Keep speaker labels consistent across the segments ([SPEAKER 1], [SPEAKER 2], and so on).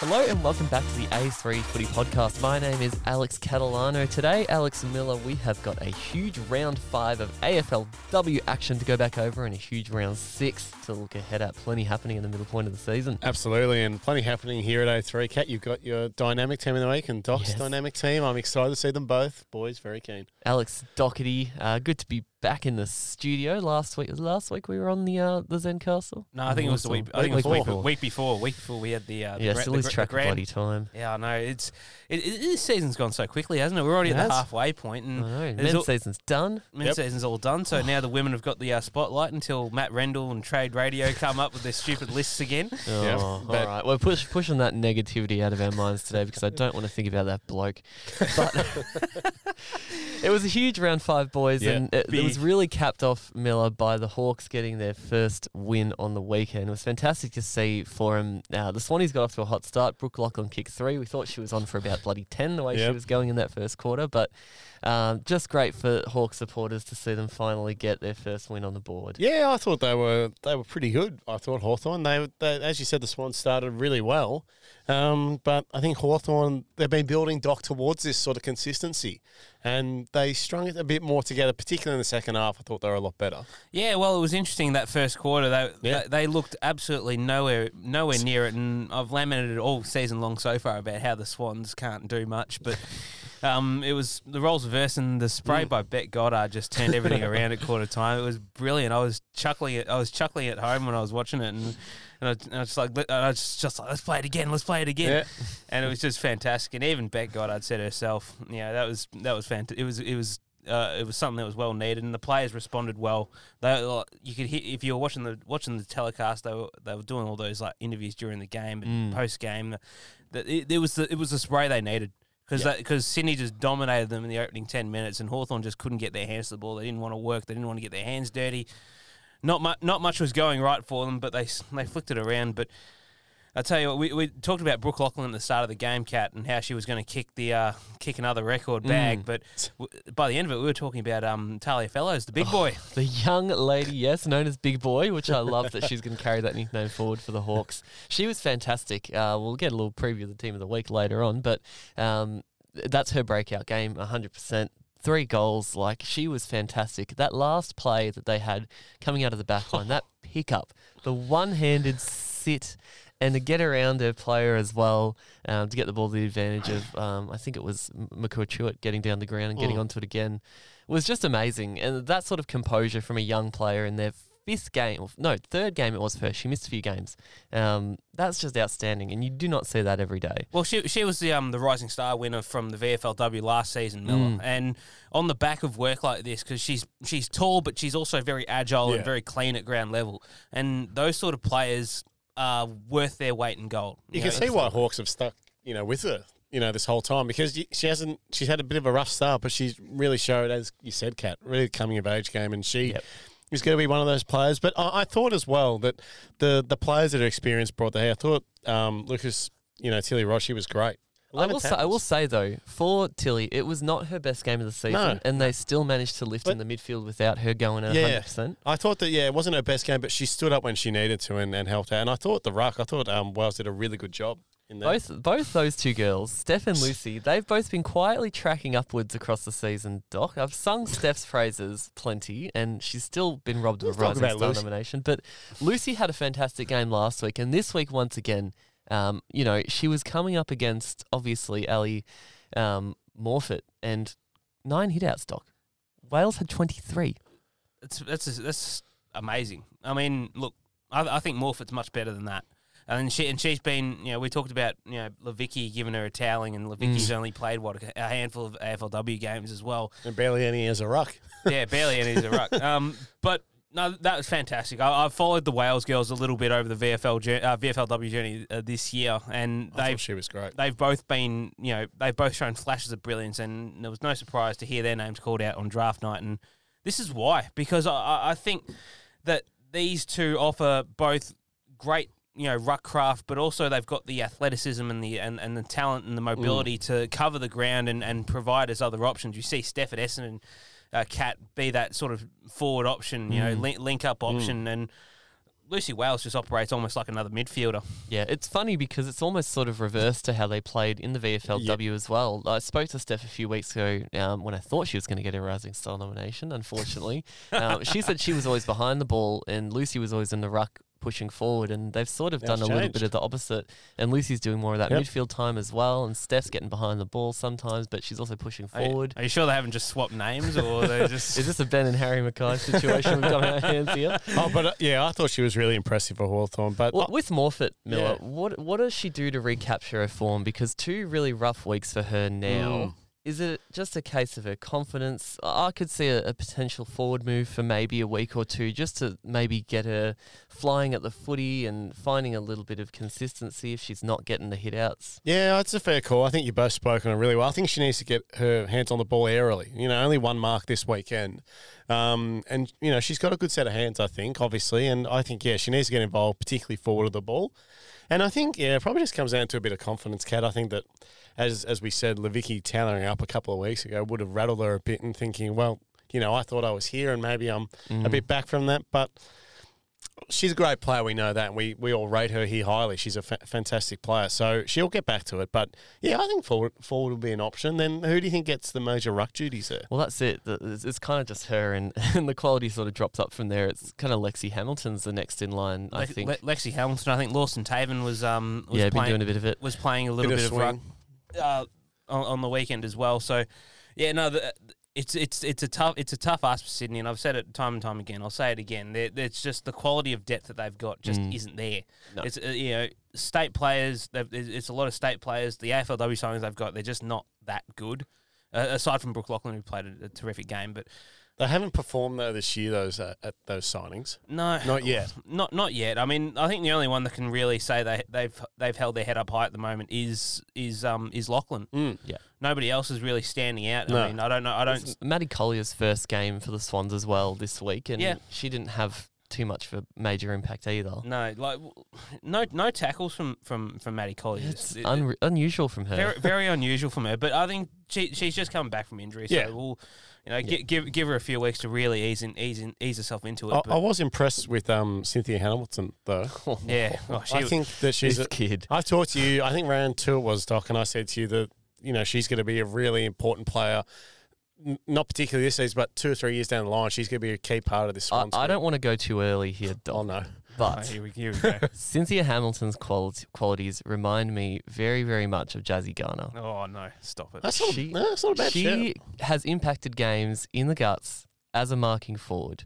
[SPEAKER 1] Hello and welcome back to the A3 Footy Podcast. My name is Alex Catalano. Today, Alex and Miller, we have got a huge round five of AFLW action to go back over and a huge round six to look ahead at. Plenty happening in the middle point of the season.
[SPEAKER 2] Absolutely, and plenty happening here at A3. Cat, you've got your dynamic team of the week and Doc's
[SPEAKER 1] Yes.
[SPEAKER 2] dynamic team. I'm excited to see them both. Boys, very keen.
[SPEAKER 1] Alex Doherty, uh, good to be back in the studio. Last week, last week we were on the uh, the Zen Castle.
[SPEAKER 3] No, I think it was the week. I think it was week before. Week before. Week before we had the uh, the
[SPEAKER 1] Yeah,
[SPEAKER 3] gra-
[SPEAKER 1] still
[SPEAKER 3] the
[SPEAKER 1] lose
[SPEAKER 3] gra- the
[SPEAKER 1] track of
[SPEAKER 3] grand-
[SPEAKER 1] bloody time.
[SPEAKER 3] Yeah, I know. It's it, it, this season's gone so quickly, hasn't it? We're already
[SPEAKER 2] It
[SPEAKER 3] at the
[SPEAKER 2] has.
[SPEAKER 3] halfway point,
[SPEAKER 1] I
[SPEAKER 3] and
[SPEAKER 1] know.
[SPEAKER 3] Mm. there's
[SPEAKER 1] Men's
[SPEAKER 3] al-
[SPEAKER 1] season's done.
[SPEAKER 3] men's
[SPEAKER 2] Yep.
[SPEAKER 3] season's all done. So now the women have got the uh, spotlight until Matt Rendell and Trade Radio come up with their stupid lists again.
[SPEAKER 2] Yeah,
[SPEAKER 1] Oh, all
[SPEAKER 2] but-
[SPEAKER 1] right. We're push, pushing that negativity out of our minds today because I don't want to think about that bloke. But it was a huge round five, boys,
[SPEAKER 2] Yeah,
[SPEAKER 1] and it, it was
[SPEAKER 3] big.
[SPEAKER 1] really capped off Miller by the Hawks getting their first win on the weekend. It was fantastic to see for him. Now the Swannies got off to a hot start. Brooke Lachlan kicked three. We thought she was on for about bloody ten the way she
[SPEAKER 2] Yep.
[SPEAKER 1] was going in that first quarter, but um, just great for Hawks supporters to see them finally get their first win on the board.
[SPEAKER 2] Yeah, I thought they were they were pretty good. I thought Hawthorn. They, they as you said, the Swans started really well, um, but I think Hawthorn they've been building Doc towards this sort of consistency, and they strung it a bit more together, particularly in the second half. I thought they were a lot better.
[SPEAKER 3] Yeah, well, it was interesting that first quarter. They
[SPEAKER 2] Yeah.
[SPEAKER 3] they, they looked absolutely nowhere nowhere near it, and I've lamented it all season long so far about how the Swans can't do much. But um, it was the roles reversed, and the spray by Bet Goddard just turned everything around at quarter time. It was brilliant. I was chuckling at I was chuckling at home when I was watching it, and and I, and I was just like and I was just like let's play it again, let's play it again,
[SPEAKER 2] Yeah.
[SPEAKER 3] and it was just fantastic. And even Bet Goddard said herself, yeah, that was that was fantastic. It was it was uh, it was something that was well needed, and the players responded well. They, like, you could hear if you were watching the watching the telecast, they were they were doing all those like interviews during the game and post game. That it, it was the it was the spray they needed because because Sydney just dominated them in the opening ten minutes, and Hawthorn just couldn't get their hands to the ball. They didn't want to work. They didn't want to get their hands dirty. Not much not much was going right for them, but they s- they flicked it around. But I tell you what, we, we talked about Brooke Lachlan at the start of the game, Cat, and how she was going to kick the uh, kick another record
[SPEAKER 2] Mm.
[SPEAKER 3] bag. But w- by the end of it, we were talking about um, Talia Fellows, the big boy.
[SPEAKER 1] The young lady, yes, known as Big Boy, which I love that she's going to carry that nickname forward for the Hawks. She was fantastic. Uh, we'll get a little preview of the team of the week later on, but um, th- that's her breakout game, 100%. Three goals, like she was fantastic. That last play that they had coming out of the back line, that pickup, the one handed sit and to get around her player as well um, to get the ball to the advantage of, um, I think it was M- Makua Chewett getting down the ground and getting onto it again was just amazing. And that sort of composure from a young player in their fifth game, or no, third game it was for her. She missed a few games. Um, that's just outstanding. And you do not see that every day.
[SPEAKER 3] Well, she she was the um the rising star winner from the VFLW last season, Miller,
[SPEAKER 2] Mm.
[SPEAKER 3] and on the back of work like this because she's she's tall, but she's also very agile
[SPEAKER 2] Yeah.
[SPEAKER 3] and very clean at ground level, and those sort of players are worth their weight in gold.
[SPEAKER 2] You
[SPEAKER 3] know,
[SPEAKER 2] can see
[SPEAKER 3] it's-
[SPEAKER 2] why Hawks have stuck, you know, with her, you know, this whole time because y- she hasn't. She's had a bit of a rough start, but she's really showed, as you said, Kat, really coming of age game, and she
[SPEAKER 1] Yep.
[SPEAKER 2] is going to be one of those players. But I, I thought as well that the the players that are experienced brought the hay. I thought um, Lucas, you know, Tilly Roshi was great.
[SPEAKER 1] I will, say, I will say though, for Tilly, it was not her best game of the season,
[SPEAKER 2] No.
[SPEAKER 1] and they still managed to lift in the midfield without her going at
[SPEAKER 2] Yeah.
[SPEAKER 1] 100%.
[SPEAKER 2] I thought that yeah, it wasn't her best game, but she stood up when she needed to and, and helped out. And I thought the ruck, I thought um, Wales did a really good job in that.
[SPEAKER 1] Both both those two girls, Steph and Lucy, they've both been quietly tracking upwards across the season. Doc, I've sung Steph's praises plenty, and she's still been robbed of a
[SPEAKER 2] talk
[SPEAKER 1] Rising
[SPEAKER 2] about
[SPEAKER 1] Star
[SPEAKER 2] Lucy.
[SPEAKER 1] nomination. But Lucy had a fantastic game last week, and this week once again, um, you know, she was coming up against obviously Ali um, Morfitt and nine hitouts. Doc, Wales had twenty three.
[SPEAKER 3] It's, that's that's amazing. I mean, look, I, I think Morfitt's much better than that. And she and she's been, you know, we talked about you know Levicki giving her a toweling, and Levicki's only played what a handful of AFLW games as well.
[SPEAKER 2] and barely any as a ruck.
[SPEAKER 3] Yeah, barely, and he's a ruck. Um, but no, that was fantastic. I, I followed the Wales girls a little bit over the VFL jour- uh, VFLW journey uh, this year, and
[SPEAKER 2] I
[SPEAKER 3] they've
[SPEAKER 2] thought she was great.
[SPEAKER 3] they've both been, you know, they've both shown flashes of brilliance, and there was no surprise to hear their names called out on draft night. And this is why, because I- I, I think that these two offer both great, you know, ruck craft, but also they've got the athleticism and the and, and the talent and the mobility to cover the ground and, and provide as other options. You see Steph at Essendon, uh, Cat be that sort of forward option, you know, link, link up option, and Lucy Wales just operates almost like another midfielder.
[SPEAKER 1] Yeah, it's funny because it's almost sort of reversed to how they played in the VFLW as well. I spoke to Steph a few weeks ago um, when I thought she was going to get a Rising Star nomination, unfortunately. um, she said she was always behind the ball and Lucy was always in the ruck pushing forward, and they've sort of
[SPEAKER 2] Now
[SPEAKER 1] done
[SPEAKER 2] it's
[SPEAKER 1] a little bit
[SPEAKER 2] changed.
[SPEAKER 1] of the opposite. And Lucy's doing more of that
[SPEAKER 2] Yep.
[SPEAKER 1] midfield time as well, and Steph's getting behind the ball sometimes, but she's also pushing
[SPEAKER 3] Are you-
[SPEAKER 1] forward.
[SPEAKER 3] Are you, sure they haven't just swapped names or they just?
[SPEAKER 1] Is this a Ben and Harry Mackay situation we've got in our hands here?
[SPEAKER 2] Oh, but uh, yeah, I thought she was really impressive for Hawthorn. But uh,
[SPEAKER 1] Well, with Morfitt Miller,
[SPEAKER 2] Yeah.
[SPEAKER 1] what what does she do to recapture her form? Because two really rough weeks for her now.
[SPEAKER 3] Hmm.
[SPEAKER 2] Mm.
[SPEAKER 1] Is it just a case of her confidence? I I could see a, a potential forward move for maybe a week or two, just to maybe get her flying at the footy and finding a little bit of consistency if she's not getting the hit outs.
[SPEAKER 2] Yeah, it's a fair call. I think you both spoke on it really well. I think she needs to get her hands on the ball airily. You know, only one mark this weekend. Um, and, you know, she's got a good set of hands, I think, obviously. And I think, yeah, she needs to get involved, particularly forward of the ball. And I think, yeah, it probably just comes down to a bit of confidence, Kat. I think that, as as we said, Levicki tailoring up a couple of weeks ago would have rattled her a bit and thinking, well, you know, I thought I was here and maybe I'm a bit back from that. But she's a great player. We know that. And we we all rate her here highly. She's a fa- fantastic player. So she'll get back to it. But yeah, I think forward forward will be an option. Then who do you think gets the major ruck duties there?
[SPEAKER 1] Well, that's it. The- It's, it's kind of just her, and, and the quality sort of drops up from there. It's kind of Lexi Hamilton's the next in line, I
[SPEAKER 3] Le-
[SPEAKER 1] think.
[SPEAKER 3] Le- Lexi Hamilton. I think Lawson Taven was um was
[SPEAKER 1] yeah, been
[SPEAKER 3] playing
[SPEAKER 1] doing a bit of it.
[SPEAKER 3] was playing a little bit, of
[SPEAKER 2] swing.
[SPEAKER 3] ruck uh, on, on the weekend as well. So, yeah, no, the, it's it's it's a tough it's a tough ask for Sydney, and I've said it time and time again. I'll say it again. There- It's just the quality of depth that they've got just
[SPEAKER 1] Mm.
[SPEAKER 3] isn't there.
[SPEAKER 1] No.
[SPEAKER 3] It's uh, you know state players. they've- It's it's a lot of state players. The AFLW signings they've got, they're just not that good. Uh, aside from Brooke Lachlan, who played a, a terrific game, but
[SPEAKER 2] They haven't performed though this year. Those uh, at those signings,
[SPEAKER 3] no,
[SPEAKER 2] not yet.
[SPEAKER 3] Not not yet. I mean, I think the only one that can really say they they've they've held their head up high at the moment is is um is Lachlan.
[SPEAKER 2] Mm.
[SPEAKER 3] Nobody else is really standing out. I
[SPEAKER 2] No.
[SPEAKER 3] mean, I don't know. I don't.
[SPEAKER 1] Maddie Collier's first game for the Swans as well this week, and
[SPEAKER 3] Yeah.
[SPEAKER 1] she didn't have too much of a major impact either.
[SPEAKER 3] No, like w- no no tackles from from from Maddie Collier.
[SPEAKER 1] It's unre unusual from her.
[SPEAKER 3] very very unusual from her, but I think she she's just coming back from injury, so
[SPEAKER 2] Yeah.
[SPEAKER 3] we'll you know gi- give give her a few weeks to really ease in, ease in, ease herself into it.
[SPEAKER 2] I,
[SPEAKER 3] but
[SPEAKER 2] I was impressed with um, Cynthia Hamilton though.
[SPEAKER 3] yeah, oh, she
[SPEAKER 2] I think that she's.
[SPEAKER 1] This
[SPEAKER 2] A,
[SPEAKER 1] kid.
[SPEAKER 2] I talked to you. I think round two it was Doc, and I said to you that you know she's going to be a really important player. N- Not particularly this season, but two or three years down the line, she's going to be a key part of this.
[SPEAKER 1] I,
[SPEAKER 2] Swans
[SPEAKER 1] I
[SPEAKER 2] group.
[SPEAKER 1] don't want to go too early here,
[SPEAKER 2] Oh
[SPEAKER 1] Doc,
[SPEAKER 2] no.
[SPEAKER 3] oh,
[SPEAKER 1] but
[SPEAKER 3] here we, here we go.
[SPEAKER 1] Cynthia Hamilton's quali- qualities remind me very, very much of Jazzy Garner.
[SPEAKER 3] oh no, stop it.
[SPEAKER 2] That's not,
[SPEAKER 1] She-
[SPEAKER 2] no, that's not a bad
[SPEAKER 1] She has impacted games in the guts as a marking forward.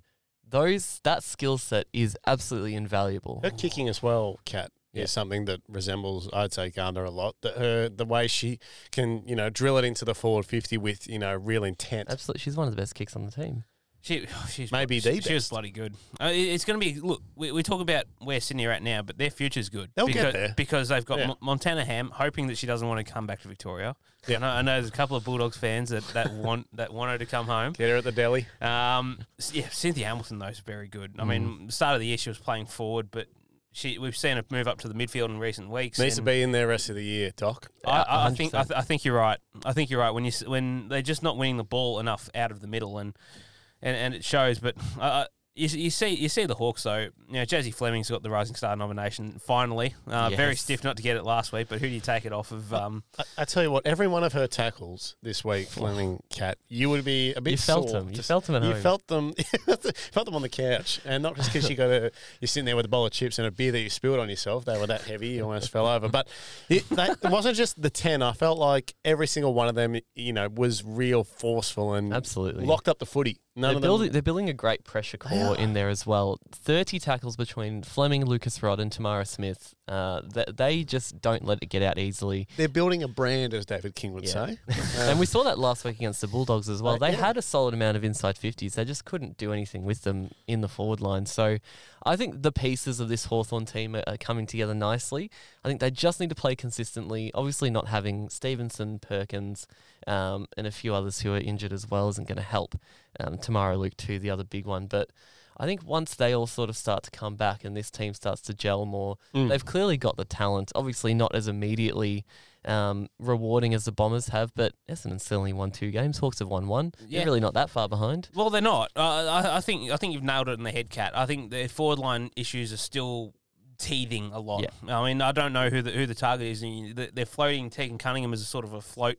[SPEAKER 1] Those that skill set is absolutely invaluable.
[SPEAKER 2] shout. Her kicking as well, Kat,
[SPEAKER 1] Yeah.
[SPEAKER 2] is something that resembles, I'd say, Garner a lot. That her the way she can, you know, drill it into the forward fifty with, you know, real intent.
[SPEAKER 1] Absolutely, she's one of the best kicks on the team.
[SPEAKER 3] She, she's
[SPEAKER 2] Maybe
[SPEAKER 3] she,
[SPEAKER 2] the
[SPEAKER 3] she was
[SPEAKER 2] best.
[SPEAKER 3] bloody good. Uh, it- it's going to be look. We, we talk about where Sydney are at now, but their future's good.
[SPEAKER 2] They'll get
[SPEAKER 3] because,
[SPEAKER 2] there.
[SPEAKER 3] because they've got
[SPEAKER 2] Yeah.
[SPEAKER 3] Mo- Montana Ham hoping that she doesn't want to come back to Victoria.
[SPEAKER 2] Yeah.
[SPEAKER 3] I, know, I know there's a couple of Bulldogs fans that, that want that want her to come home.
[SPEAKER 2] Get her at the deli.
[SPEAKER 3] Um, s- yeah, Cynthia Hamilton though is very good.
[SPEAKER 2] Mm.
[SPEAKER 3] I mean, start of the year she was playing forward, but she we've seen her move up to the midfield in recent weeks.
[SPEAKER 2] Needs to
[SPEAKER 3] and-
[SPEAKER 2] be in there rest of the year, Doc.
[SPEAKER 3] I, I, I think I,
[SPEAKER 1] 100%.
[SPEAKER 3] th- I think you're right. I think you're right when you s- when they're just not winning the ball enough out of the middle and and, and it shows. But I, I, you, s- you see you see the Hawks though. You know, Jazzy Fleming's got the Rising Star nomination finally. Uh, Very
[SPEAKER 1] Yes.
[SPEAKER 3] stiff not to get it last week. But who do you take it off of? Um,
[SPEAKER 2] I, I tell you what, every one of her tackles this week, Fleming Cat, you would be a bit
[SPEAKER 1] You felt
[SPEAKER 2] sore.
[SPEAKER 1] him. You
[SPEAKER 2] Just-
[SPEAKER 1] felt him at
[SPEAKER 2] you
[SPEAKER 1] home.
[SPEAKER 2] felt them, felt them on the couch, and not just because you got a, you're sitting there with a bowl of chips and a beer that you spilled on yourself. They were that heavy, you almost fell over. But it, they, it wasn't just the ten. I felt like every single one of them, you know, was real forceful and
[SPEAKER 1] Absolutely.
[SPEAKER 2] locked up the footy. None
[SPEAKER 1] they're,
[SPEAKER 2] of them.
[SPEAKER 1] building, they're building a great pressure core in there as well. 30 tackles between Fleming, Lucas Rod, and Tamara Smith. Uh, th- they just don't let it get out easily.
[SPEAKER 2] They're building a brand, as David King would
[SPEAKER 1] Yeah.
[SPEAKER 2] say. Um,
[SPEAKER 1] and we saw that last week against the Bulldogs as well.
[SPEAKER 2] Like,
[SPEAKER 1] They
[SPEAKER 2] yeah.
[SPEAKER 1] had a solid amount of inside 50s. They just couldn't do anything with them in the forward line. So I think the pieces of this Hawthorn team are, are coming together nicely. I think they just need to play consistently. Obviously, not having Stevenson, Perkins, um, and a few others who are injured as well isn't going to help. Um, Tamara Luke, too, the other big one. But I think once they all sort of start to come back and this team starts to gel more, they've clearly got the talent. Obviously, not as immediately um, rewarding as the Bombers have, but Essendon still only won two games. Hawks have won one.
[SPEAKER 3] Yeah.
[SPEAKER 1] They're really not that far behind.
[SPEAKER 3] Well, they're not. Uh, I, I think I think you've nailed it in the head, Cat. I think their forward line issues are still teething a lot. I mean, I don't know who the who the target is. and you- they- They're floating Tegan Cunningham as a sort of a float,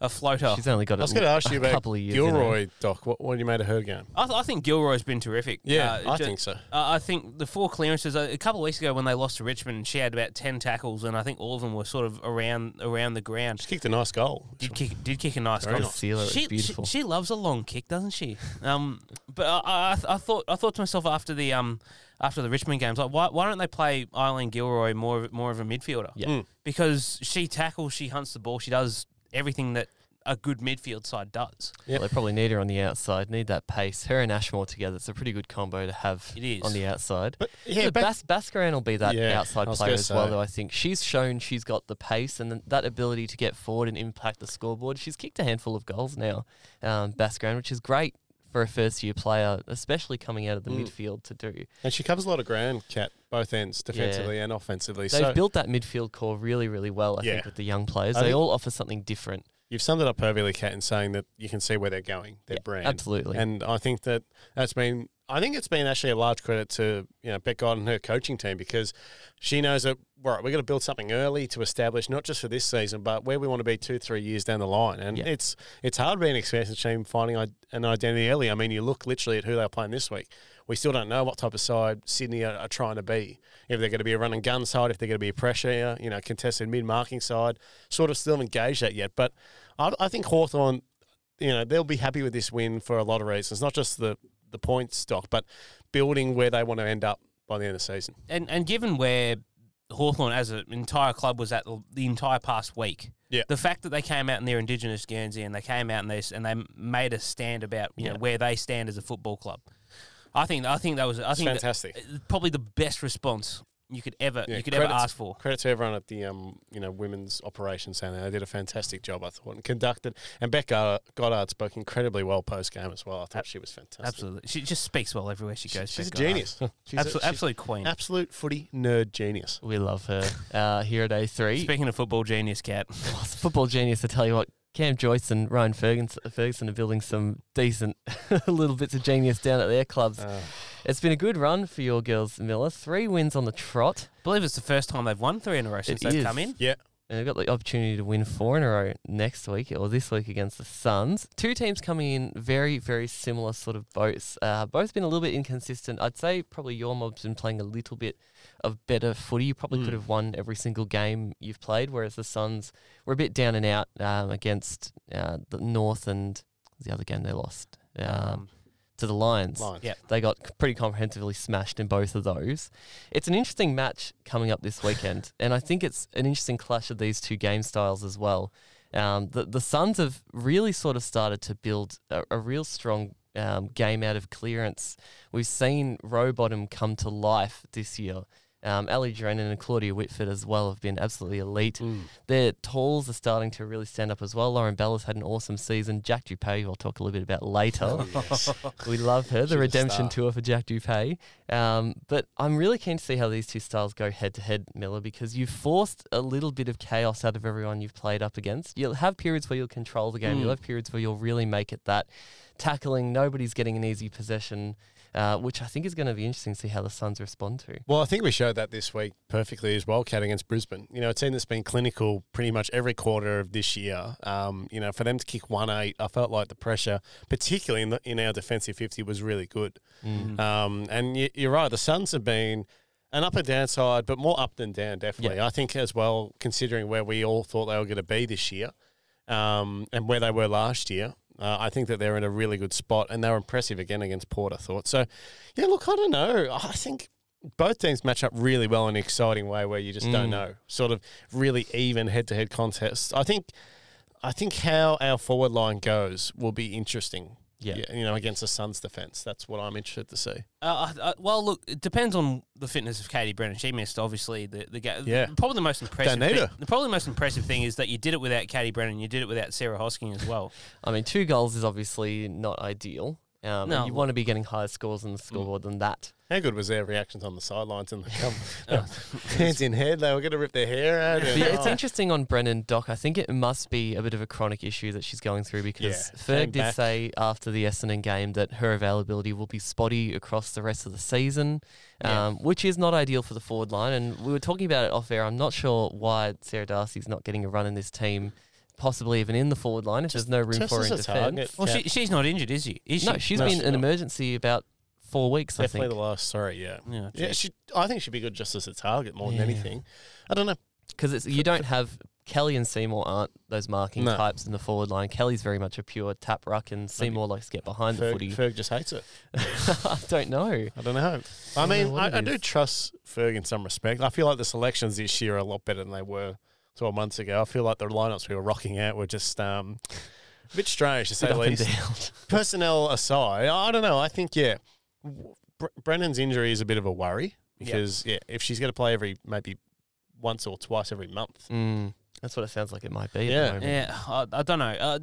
[SPEAKER 3] a floater.
[SPEAKER 1] She's only got
[SPEAKER 2] I was
[SPEAKER 1] it
[SPEAKER 2] going to ask you
[SPEAKER 1] a
[SPEAKER 2] about
[SPEAKER 1] couple of years. in her.
[SPEAKER 2] Gilroy, Doc. What, what do you made of her game?
[SPEAKER 3] I, th- I think Gilroy's been terrific.
[SPEAKER 2] Yeah, I
[SPEAKER 3] ju-
[SPEAKER 2] think so.
[SPEAKER 3] Uh, I think the four clearances uh, a couple of weeks ago when they lost to Richmond, she had about ten tackles, and I think all of them were sort of around around the ground.
[SPEAKER 2] She kicked a nice goal.
[SPEAKER 3] Did kick did kick a nice
[SPEAKER 1] The
[SPEAKER 3] goal.
[SPEAKER 1] sealer is
[SPEAKER 3] She, she
[SPEAKER 1] beautiful.
[SPEAKER 3] she loves a long kick, doesn't she? Um, but I, I I thought I thought to myself after the um after the Richmond games, like why why don't they play Eileen Gilroy more of, more of a midfielder?
[SPEAKER 1] Yeah. Mm.
[SPEAKER 3] because she tackles, she hunts the ball, she does everything that a good midfield side does.
[SPEAKER 1] Well, they probably need her on the outside. Need that pace. Her and Ashmore together. It's a pretty good combo to have
[SPEAKER 3] It is.
[SPEAKER 1] on the outside.
[SPEAKER 2] But yeah,
[SPEAKER 1] But Bas- Baskaran will be that
[SPEAKER 2] Yeah,
[SPEAKER 1] outside
[SPEAKER 2] I was
[SPEAKER 1] player
[SPEAKER 2] gonna
[SPEAKER 1] as well,
[SPEAKER 2] say.
[SPEAKER 1] though. I think she's shown she's got the pace and the, that ability to get forward and impact the scoreboard. She's kicked a handful of goals now, um, Baskaran, which is great for a first-year player, especially coming out of the
[SPEAKER 2] Mm.
[SPEAKER 1] midfield to do.
[SPEAKER 2] and she covers a lot of ground, Cat, both ends, defensively and offensively.
[SPEAKER 1] They've
[SPEAKER 2] so
[SPEAKER 1] built that midfield core really, really well. I
[SPEAKER 2] Yeah.
[SPEAKER 1] think with the young players,
[SPEAKER 2] I
[SPEAKER 1] they
[SPEAKER 2] think-
[SPEAKER 1] all offer something different.
[SPEAKER 2] you've summed it up perfectly, Cat, in saying that you can see where they're going, their brand.
[SPEAKER 1] Absolutely.
[SPEAKER 2] And I think that that's been. I think it's been actually a large credit to you know Beck God and her coaching team because she knows that right we're going to build something early to establish not just for this season but where we want to be two three years down the line and
[SPEAKER 1] Yeah.
[SPEAKER 2] it's it's hard being an expansion team finding i- an identity early I mean you look literally at who they're playing this week we still don't know what type of side Sydney are, are trying to be if they're going to be a run and gun side if they're going to be a pressure you know contested mid marking side sort of still engaged that yet but I, I think Hawthorn you know they'll be happy with this win for a lot of reasons, not just the the point stock, but building where they want to end up by the end of the season.
[SPEAKER 3] And and given where Hawthorn as an entire club was at the, the entire past week,
[SPEAKER 2] Yeah.
[SPEAKER 3] the fact that they came out in their Indigenous Guernsey and they came out and they s- and they made a stand about you know where they stand as a football club, I think I think that was I think that-
[SPEAKER 2] fantastic.
[SPEAKER 3] probably the best response you could ever
[SPEAKER 2] Yeah,
[SPEAKER 3] you could ever
[SPEAKER 2] credits-
[SPEAKER 3] ask for.
[SPEAKER 2] Credit to everyone at the um, you know women's operations center. They did a fantastic job, I thought, and conducted. And Becca Goddard spoke incredibly well post game as well. I thought she was fantastic.
[SPEAKER 3] Absolutely, she just speaks well everywhere she goes.
[SPEAKER 2] she's a
[SPEAKER 3] Beck Goddard.
[SPEAKER 2] genius. she's a-
[SPEAKER 3] Absol-
[SPEAKER 2] she's
[SPEAKER 3] absolute queen.
[SPEAKER 2] absolute footy nerd genius.
[SPEAKER 1] We love her uh, here at A three.
[SPEAKER 3] Speaking of football genius, cat.
[SPEAKER 1] Well, it's a football genius, I tell you what. Cam Joyce and Ryan Ferguson, Ferguson are building some decent little bits of genius down at their clubs.
[SPEAKER 2] Uh,
[SPEAKER 1] It's been a good run for your girls, Miller. Three wins on the trot,
[SPEAKER 3] I believe it's the first time they've won three in a row since
[SPEAKER 1] It
[SPEAKER 3] they've
[SPEAKER 1] is.
[SPEAKER 3] come in.
[SPEAKER 2] yeah,
[SPEAKER 1] and they've got the opportunity to win four in a row next week or this week against the Suns. Two teams coming in very, very similar sort of boats. Uh, both been a little bit inconsistent. I'd say probably your mob's been playing a little bit of better footy. You probably could have won every single game you've played, whereas the Suns were a bit down and out um, against uh, the North and the other game they lost um,
[SPEAKER 3] Um,
[SPEAKER 1] to the Lions.
[SPEAKER 2] Lions.
[SPEAKER 3] Yeah.
[SPEAKER 1] They got c- pretty comprehensively smashed in both of those. It's an interesting match coming up this weekend, and I think it's an interesting clash of these two game styles as well. Um, the the Suns have really sort of started to build a, a real strong um, game out of clearance. We've seen Rowbottom come to life this year. Um, Ali Drennan and Claudia Whitford as well have been absolutely elite. Their talls are starting to really stand up as well. Lauren Bella's had an awesome season. Jack Dupay, who I'll talk a little bit about later.
[SPEAKER 3] Oh,
[SPEAKER 2] Oh,
[SPEAKER 1] We love her, the
[SPEAKER 2] a
[SPEAKER 1] redemption
[SPEAKER 2] star.
[SPEAKER 1] tour for Jack Dupay. Um, but I'm really keen to see how these two styles go head to head, Miller, because you've forced a little bit of chaos out of everyone you've played up against. You'll have periods where you'll control the game,
[SPEAKER 2] Hmm.
[SPEAKER 1] you'll have periods where you'll really make it that tackling, nobody's getting an easy possession, uh, which I think is going to be interesting to see how the Suns respond to.
[SPEAKER 2] Well, I think we showed that this week perfectly as well, Cat, against Brisbane. You know, a team that's been clinical pretty much every quarter of this year. Um, you know, for them to kick 1 8, I felt like the pressure, particularly in, the, in our defensive 50, was really good. Um, and you, you're right, the Suns have been an up and down side, but more up than down, definitely. I think as well, considering where we all thought they were going to be this year um, and where they were last year. Uh, I think that they're in a really good spot, and they were impressive again against Port. I thought so. Yeah, look, I don't know. I think both teams match up really well in an exciting way, where you just
[SPEAKER 1] Mm.
[SPEAKER 2] don't know. Sort of really even head-to-head contests. I think, I think how our forward line goes will be interesting.
[SPEAKER 1] Yeah.
[SPEAKER 2] you know, against the Suns' defense, that's what I'm interested to see.
[SPEAKER 3] Uh, I, I, well, look, it depends on the fitness of Katie Brennan. She missed obviously the the ga-
[SPEAKER 2] Yeah.
[SPEAKER 3] Probably the most impressive.
[SPEAKER 2] Don't need
[SPEAKER 3] thing,
[SPEAKER 2] her.
[SPEAKER 3] the probably the most impressive thing is that you did it without Katie Brennan. You did it without Sarah Hosking as well.
[SPEAKER 1] I mean, two goals is obviously not ideal. Um,
[SPEAKER 3] No.
[SPEAKER 1] and you want to be getting higher scores on the scoreboard than that.
[SPEAKER 2] How good was their reactions on the sidelines and the come hands in head? They were going to rip their hair out.
[SPEAKER 1] But
[SPEAKER 2] and- oh.
[SPEAKER 1] yeah, it's interesting on Brennan Doc. I think it must be a bit of a chronic issue that she's going through because
[SPEAKER 2] Yeah, came
[SPEAKER 1] Ferg did
[SPEAKER 2] back.
[SPEAKER 1] say after the Essendon game that her availability will be spotty across the rest of the season,
[SPEAKER 3] Yeah.
[SPEAKER 1] um, which is not ideal for the forward line. And we were talking about it off air. I'm not sure why Sarah Darcy's not getting a run in this team, possibly even in the forward line if there's no room
[SPEAKER 2] Just
[SPEAKER 1] for her
[SPEAKER 2] as
[SPEAKER 1] in
[SPEAKER 2] a target.
[SPEAKER 1] defence.
[SPEAKER 3] Well,
[SPEAKER 2] Yeah.
[SPEAKER 3] she, she's not injured, is she? Is she?
[SPEAKER 1] No, she's
[SPEAKER 2] No,
[SPEAKER 1] been
[SPEAKER 2] she's
[SPEAKER 1] an
[SPEAKER 2] not.
[SPEAKER 1] emergency about four weeks,
[SPEAKER 2] Definitely
[SPEAKER 1] I
[SPEAKER 2] the
[SPEAKER 1] think.
[SPEAKER 2] last. Sorry, yeah.
[SPEAKER 3] Yeah,
[SPEAKER 2] Yeah, she. I think she'd be good just as a target more
[SPEAKER 1] Yeah.
[SPEAKER 2] than anything. I don't know.
[SPEAKER 1] Because you don't have Kelly and Seymour aren't those marking
[SPEAKER 2] No.
[SPEAKER 1] types in the forward line. Kelly's very much a pure tap ruck, and Seymour likes to get behind the
[SPEAKER 2] Ferg,
[SPEAKER 1] footy.
[SPEAKER 2] Ferg just hates it.
[SPEAKER 1] I don't know.
[SPEAKER 2] I don't know. I
[SPEAKER 1] don't know
[SPEAKER 2] mean,
[SPEAKER 1] what
[SPEAKER 2] I,
[SPEAKER 1] it
[SPEAKER 2] I do
[SPEAKER 1] is.
[SPEAKER 2] trust Ferg in some respect. I feel like the selections this year are a lot better than they were 12 months ago. I feel like the lineups we were rocking out were just um, a bit strange to say
[SPEAKER 1] Bit
[SPEAKER 2] the
[SPEAKER 1] up and
[SPEAKER 2] least.
[SPEAKER 1] down.
[SPEAKER 2] Personnel aside, I don't know. I think, yeah, Br- Brennan's injury is a bit of a worry
[SPEAKER 3] Yeah.
[SPEAKER 2] because, yeah, if she's going to play every maybe once or twice every month,
[SPEAKER 1] Mm, that's what it sounds like it might be.
[SPEAKER 2] Yeah.
[SPEAKER 1] At the moment.
[SPEAKER 3] yeah. I, I don't know. Uh,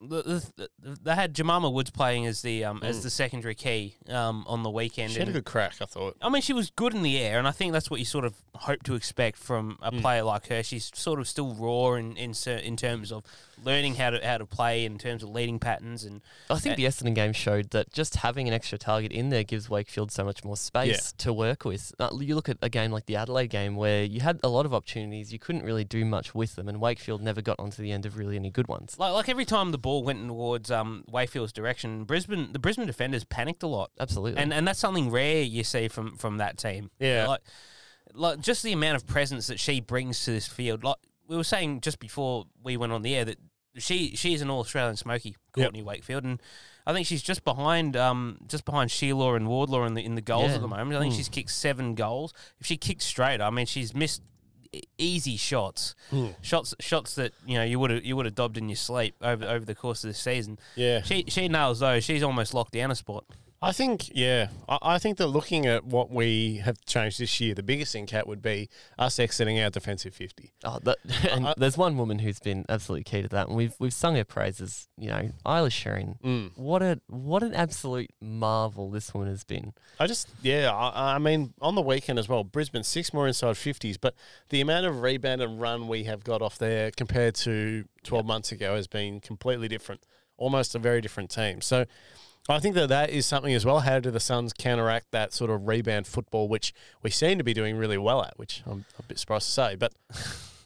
[SPEAKER 3] look, the, the, the, they had Jemima Woods playing as the um, as
[SPEAKER 2] Mm.
[SPEAKER 3] the secondary key um, on the weekend.
[SPEAKER 2] she had a
[SPEAKER 3] and-
[SPEAKER 2] good crack, I thought.
[SPEAKER 3] I mean, she was good in the air, and I think that's what you sort of hope to expect from a
[SPEAKER 2] Mm.
[SPEAKER 3] player like her. She's sort of still raw in in, cer- in terms of learning how to how to play, in terms of leading patterns, and
[SPEAKER 1] I think the Essendon game showed that just having an extra target in there gives Wakefield so much more space to work with. Uh, you look at a game like the Adelaide game where you had a lot of opportunities, you couldn't really do much with them, and Wakefield never got onto the end of really any good ones.
[SPEAKER 3] like like every time the ball went towards um, Wayfield's direction, Brisbane the Brisbane defenders panicked a lot,
[SPEAKER 1] Absolutely.
[SPEAKER 3] and and that's something rare you see from from that team.
[SPEAKER 2] Yeah.
[SPEAKER 3] like like just the amount of presence that she brings to this field. Like we were saying just before we went on the air that she she is an all Australian smoky,
[SPEAKER 2] Yep.
[SPEAKER 3] Courtney Wakefield, and I think she's just behind um just behind Sheila and Wardlaw in the in the goals
[SPEAKER 1] Yeah.
[SPEAKER 3] at the moment. I think
[SPEAKER 2] Mm.
[SPEAKER 3] she's kicked seven goals. If she kicked straight, I mean she's missed e- easy shots,
[SPEAKER 2] Hmm.
[SPEAKER 3] shots shots that you know you would have you would have dobbed in your sleep over over the course of the season.
[SPEAKER 2] Yeah.
[SPEAKER 3] She she nails those. She's almost locked down a spot.
[SPEAKER 2] I think, yeah, I, I think that looking at what we have changed this year, the biggest thing, Cat, would be us exiting our defensive 50.
[SPEAKER 1] Oh, that, and
[SPEAKER 2] I-
[SPEAKER 1] there's one woman who's been absolutely key to that, and we've we've sung her praises. You know, Eilish Sheeran.
[SPEAKER 2] Mm.
[SPEAKER 1] What a what an absolute marvel this woman has been.
[SPEAKER 2] I just, yeah, I, I mean, on the weekend as well, Brisbane, six more inside 50s, but the amount of rebound and run we have got off there compared to 12 months ago has been completely different, almost a very different team. So I think that that is something as well. How do the Suns counteract that sort of rebound football, which we seem to be doing really well at, which I'm a bit surprised to say, but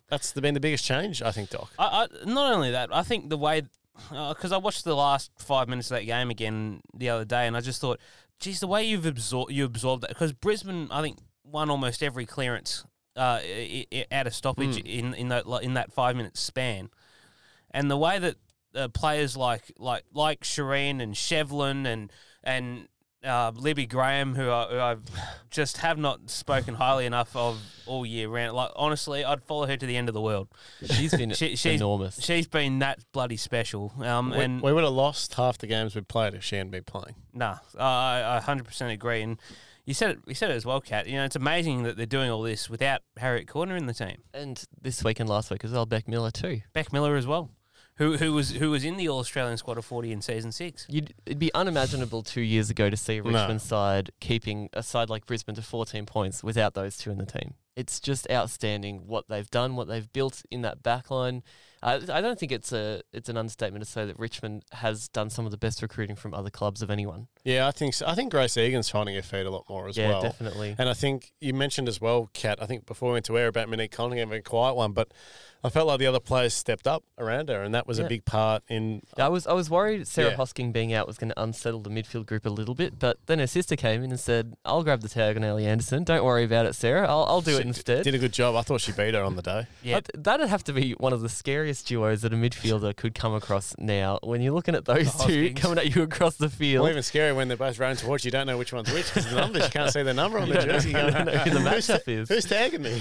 [SPEAKER 2] that's been the biggest change, I think, Doc.
[SPEAKER 3] I, I not only that, I think the way because I watched the last five minutes of that game again the other day, and I just thought, geez, the way you've absorbed you absorbed that because Brisbane, I think, won almost every clearance uh, i- i- out of stoppage in in that in that five minute span, and the way that uh, players like like like Shireen and Shevlin and and uh, Libby Graham, who I who I've just have not spoken highly enough of all year round. Like honestly, I'd follow her to the end of the world.
[SPEAKER 1] She's been
[SPEAKER 3] She- she's-
[SPEAKER 1] enormous.
[SPEAKER 3] She's been that bloody special. Um,
[SPEAKER 2] We,
[SPEAKER 3] and
[SPEAKER 2] we would have lost half the games we played if she hadn't been playing.
[SPEAKER 3] nah, I I hundred percent agree. And you said it, you said it as well, Kat. You know, it's amazing that they're doing all this without Harriet Corner in the team.
[SPEAKER 1] and this week and last week as well, Beck Miller too.
[SPEAKER 3] Beck Miller as well, who who was who was in the All Australian squad of forty in season six.
[SPEAKER 1] You'd, it'd be unimaginable two years ago to see a
[SPEAKER 2] No.
[SPEAKER 1] Richmond side keeping a side like Brisbane to 14 points without those two in the team. It's just outstanding what they've done, what they've built in that back line. I, I don't think it's a it's an understatement to say that Richmond has done some of the best recruiting from other clubs of anyone.
[SPEAKER 2] Yeah, I think so. I think Grace Egan's finding her feet a lot more as
[SPEAKER 1] yeah,
[SPEAKER 2] well.
[SPEAKER 1] definitely.
[SPEAKER 2] And I think you mentioned as well, Kat, I think before we went to air about Monique Cunningham, a quiet one, but I felt like the other players stepped up around her, and that was
[SPEAKER 1] Yeah.
[SPEAKER 2] a big part in.
[SPEAKER 1] I was I was worried Sarah
[SPEAKER 2] Yeah.
[SPEAKER 1] Hosking being out was going to unsettle the midfield group a little bit, but then her sister came in and said, "I'll grab the tag on Ellie Anderson. Don't worry about it, Sarah. I'll I'll do
[SPEAKER 2] She
[SPEAKER 1] it instead."
[SPEAKER 2] Did a good job. I thought she beat her on the day.
[SPEAKER 3] Yeah,
[SPEAKER 1] Uh, th- that'd have to be one of the scariest duos that a midfielder could come across now. When you're looking at those
[SPEAKER 3] The
[SPEAKER 1] two
[SPEAKER 3] Hoskins.
[SPEAKER 1] coming at you across the field,
[SPEAKER 2] Well, even scary when they're both running towards you, don't know which one's which because the numbers, you can't see the number on
[SPEAKER 1] You
[SPEAKER 2] the
[SPEAKER 1] don't know-
[SPEAKER 2] jersey.
[SPEAKER 1] you don't know who the
[SPEAKER 2] Who's-
[SPEAKER 1] matchup is.
[SPEAKER 2] Who's tagging me?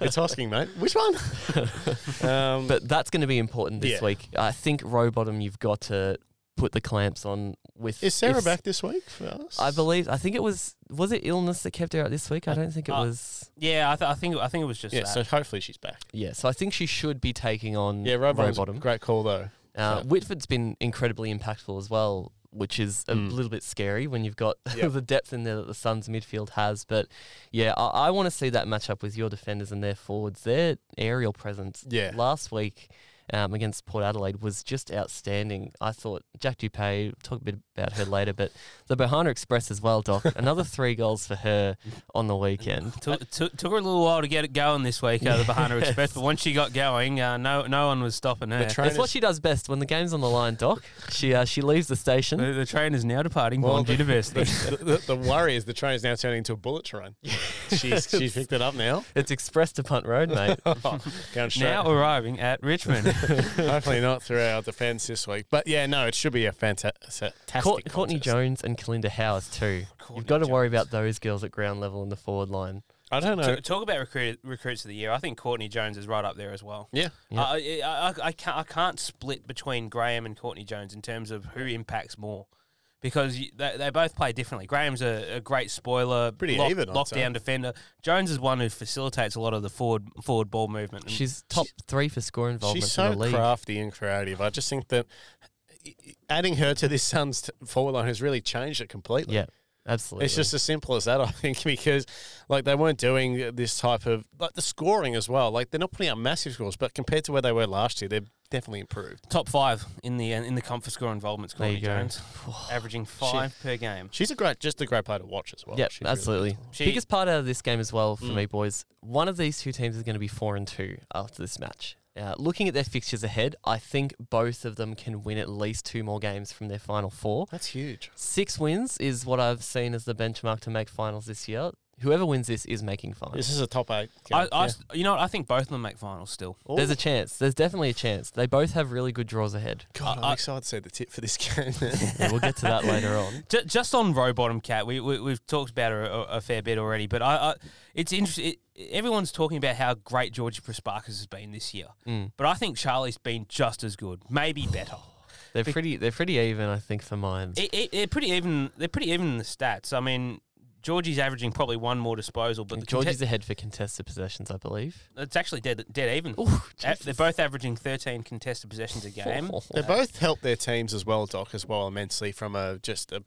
[SPEAKER 2] it's Hosking, mate. Which one? um,
[SPEAKER 1] but that's going to be important this
[SPEAKER 2] Yeah.
[SPEAKER 1] week. I think Rowbottom, you've got to put the clamps on with.
[SPEAKER 2] is Sarah
[SPEAKER 1] if-
[SPEAKER 2] back this week for us?
[SPEAKER 1] I believe. I think it was. Was it illness that kept her out this week? I don't think it
[SPEAKER 3] Uh,
[SPEAKER 1] was.
[SPEAKER 3] yeah. I, th- I think I think it was just
[SPEAKER 2] Yeah,
[SPEAKER 3] that.
[SPEAKER 2] so hopefully she's back.
[SPEAKER 1] Yeah, so I think she should be taking on
[SPEAKER 2] Yeah, Row
[SPEAKER 1] Rowbottom.
[SPEAKER 2] Great call though.
[SPEAKER 1] Uh,
[SPEAKER 2] Yeah.
[SPEAKER 1] Whitford's been incredibly impactful as well which is a
[SPEAKER 2] Mm.
[SPEAKER 1] little bit scary when you've got
[SPEAKER 2] Yep.
[SPEAKER 1] the depth in there that the Suns midfield has. But yeah, I, I want to see that match up with your defenders and their forwards. Their aerial presence
[SPEAKER 2] Yeah.
[SPEAKER 1] last week um, against Port Adelaide was just outstanding. I thought Jack Dupay, talk a bit about her later, but the Bahana Express as well, Doc. Another three goals for her on the weekend.
[SPEAKER 3] Took, took, took her a little while to get it going this week, uh, the Bahana Express, but once she got going, uh, no no one was stopping her.
[SPEAKER 2] The trainers,
[SPEAKER 1] It's what she does best when the game's on the line, Doc. She uh, she leaves the station.
[SPEAKER 3] The, the train is now departing
[SPEAKER 2] Well,
[SPEAKER 3] Bond
[SPEAKER 2] the-
[SPEAKER 3] University.
[SPEAKER 2] the, the, the worry is the train is now turning into a bullet train. she's she's picked it up now.
[SPEAKER 1] It's express to Punt Road, mate.
[SPEAKER 2] Going straight.
[SPEAKER 3] now arriving at Richmond.
[SPEAKER 2] Hopefully not through our defence this week. But yeah, no, it should be a fanta- fantastic.
[SPEAKER 1] Court, Courtney
[SPEAKER 2] contest.
[SPEAKER 1] Jones and Kalinda Howard too. You've got to worry about those girls at ground level in the forward line.
[SPEAKER 2] I don't know.
[SPEAKER 3] T- talk about recruit, recruits of the year. I think Courtney Jones is right up there as well.
[SPEAKER 2] Yeah.
[SPEAKER 1] Yeah.
[SPEAKER 3] I, I, I, I, can't, I can't split between Graham and Courtney Jones in terms of who impacts more because you, they, they both play differently. Graham's a, a great spoiler,
[SPEAKER 2] Pretty even, I'd say.
[SPEAKER 3] lockdown defender. Jones is one who facilitates a lot of the forward forward ball movement. And
[SPEAKER 1] She's top three for score involvement
[SPEAKER 2] Mm. She's so
[SPEAKER 1] in the league.
[SPEAKER 2] crafty and creative. I just think that uh, adding her to this Suns t- forward line has really changed it completely.
[SPEAKER 1] Yeah, absolutely.
[SPEAKER 2] It's just as simple as that, I think, because like they weren't doing this type of like the scoring as well. Like they're not putting out massive scores, but compared to where they were last year, they've definitely improved.
[SPEAKER 3] top five in the uh, in the comfort score involvements.
[SPEAKER 1] There
[SPEAKER 3] Courtney
[SPEAKER 1] you go.
[SPEAKER 3] Jones, averaging five per game.
[SPEAKER 2] She's a great, just a great player to watch as well.
[SPEAKER 1] Yep,
[SPEAKER 2] She really-
[SPEAKER 1] absolutely.
[SPEAKER 3] She-
[SPEAKER 1] Biggest part out of this game as well for
[SPEAKER 2] Mm.
[SPEAKER 1] me, boys. One of these two teams is going to be four and two after this match. Uh, looking at their fixtures ahead, I think both of them can win at least two more games from their final four.
[SPEAKER 2] That's huge.
[SPEAKER 1] Six wins is what I've seen as the benchmark to make finals this year. Whoever wins this is making finals.
[SPEAKER 2] This is a top eight. Game. Oh,
[SPEAKER 3] I, I
[SPEAKER 2] Yeah.
[SPEAKER 3] s- you know, what? I think both of them make finals still.
[SPEAKER 1] There's a chance. There's definitely a chance. They both have really good draws ahead.
[SPEAKER 2] God, I'm
[SPEAKER 3] I-
[SPEAKER 2] excited to see the tip for this game.
[SPEAKER 1] Yeah, we'll get to that later on.
[SPEAKER 3] Ju- Just on row bottom cat, we, we we've talked about her a, a fair bit already, but I, I it's interesting. It, everyone's talking about how great Georgie Prasparkas has been this year,
[SPEAKER 1] Mm.
[SPEAKER 3] but I think Charlie's been just as good, maybe better.
[SPEAKER 1] They're pretty. They're pretty even, I think, for mine.
[SPEAKER 3] it, it, they're pretty even. They're pretty even in the stats. I mean, Georgie's averaging probably one more disposal, but the
[SPEAKER 1] Georgie's
[SPEAKER 3] conte-
[SPEAKER 1] ahead for contested possessions, I believe.
[SPEAKER 3] it's actually dead dead even.
[SPEAKER 1] Oh,
[SPEAKER 3] A- they're both averaging thirteen contested possessions a game.
[SPEAKER 2] They both helped their teams as well, Doc, as well immensely from a just a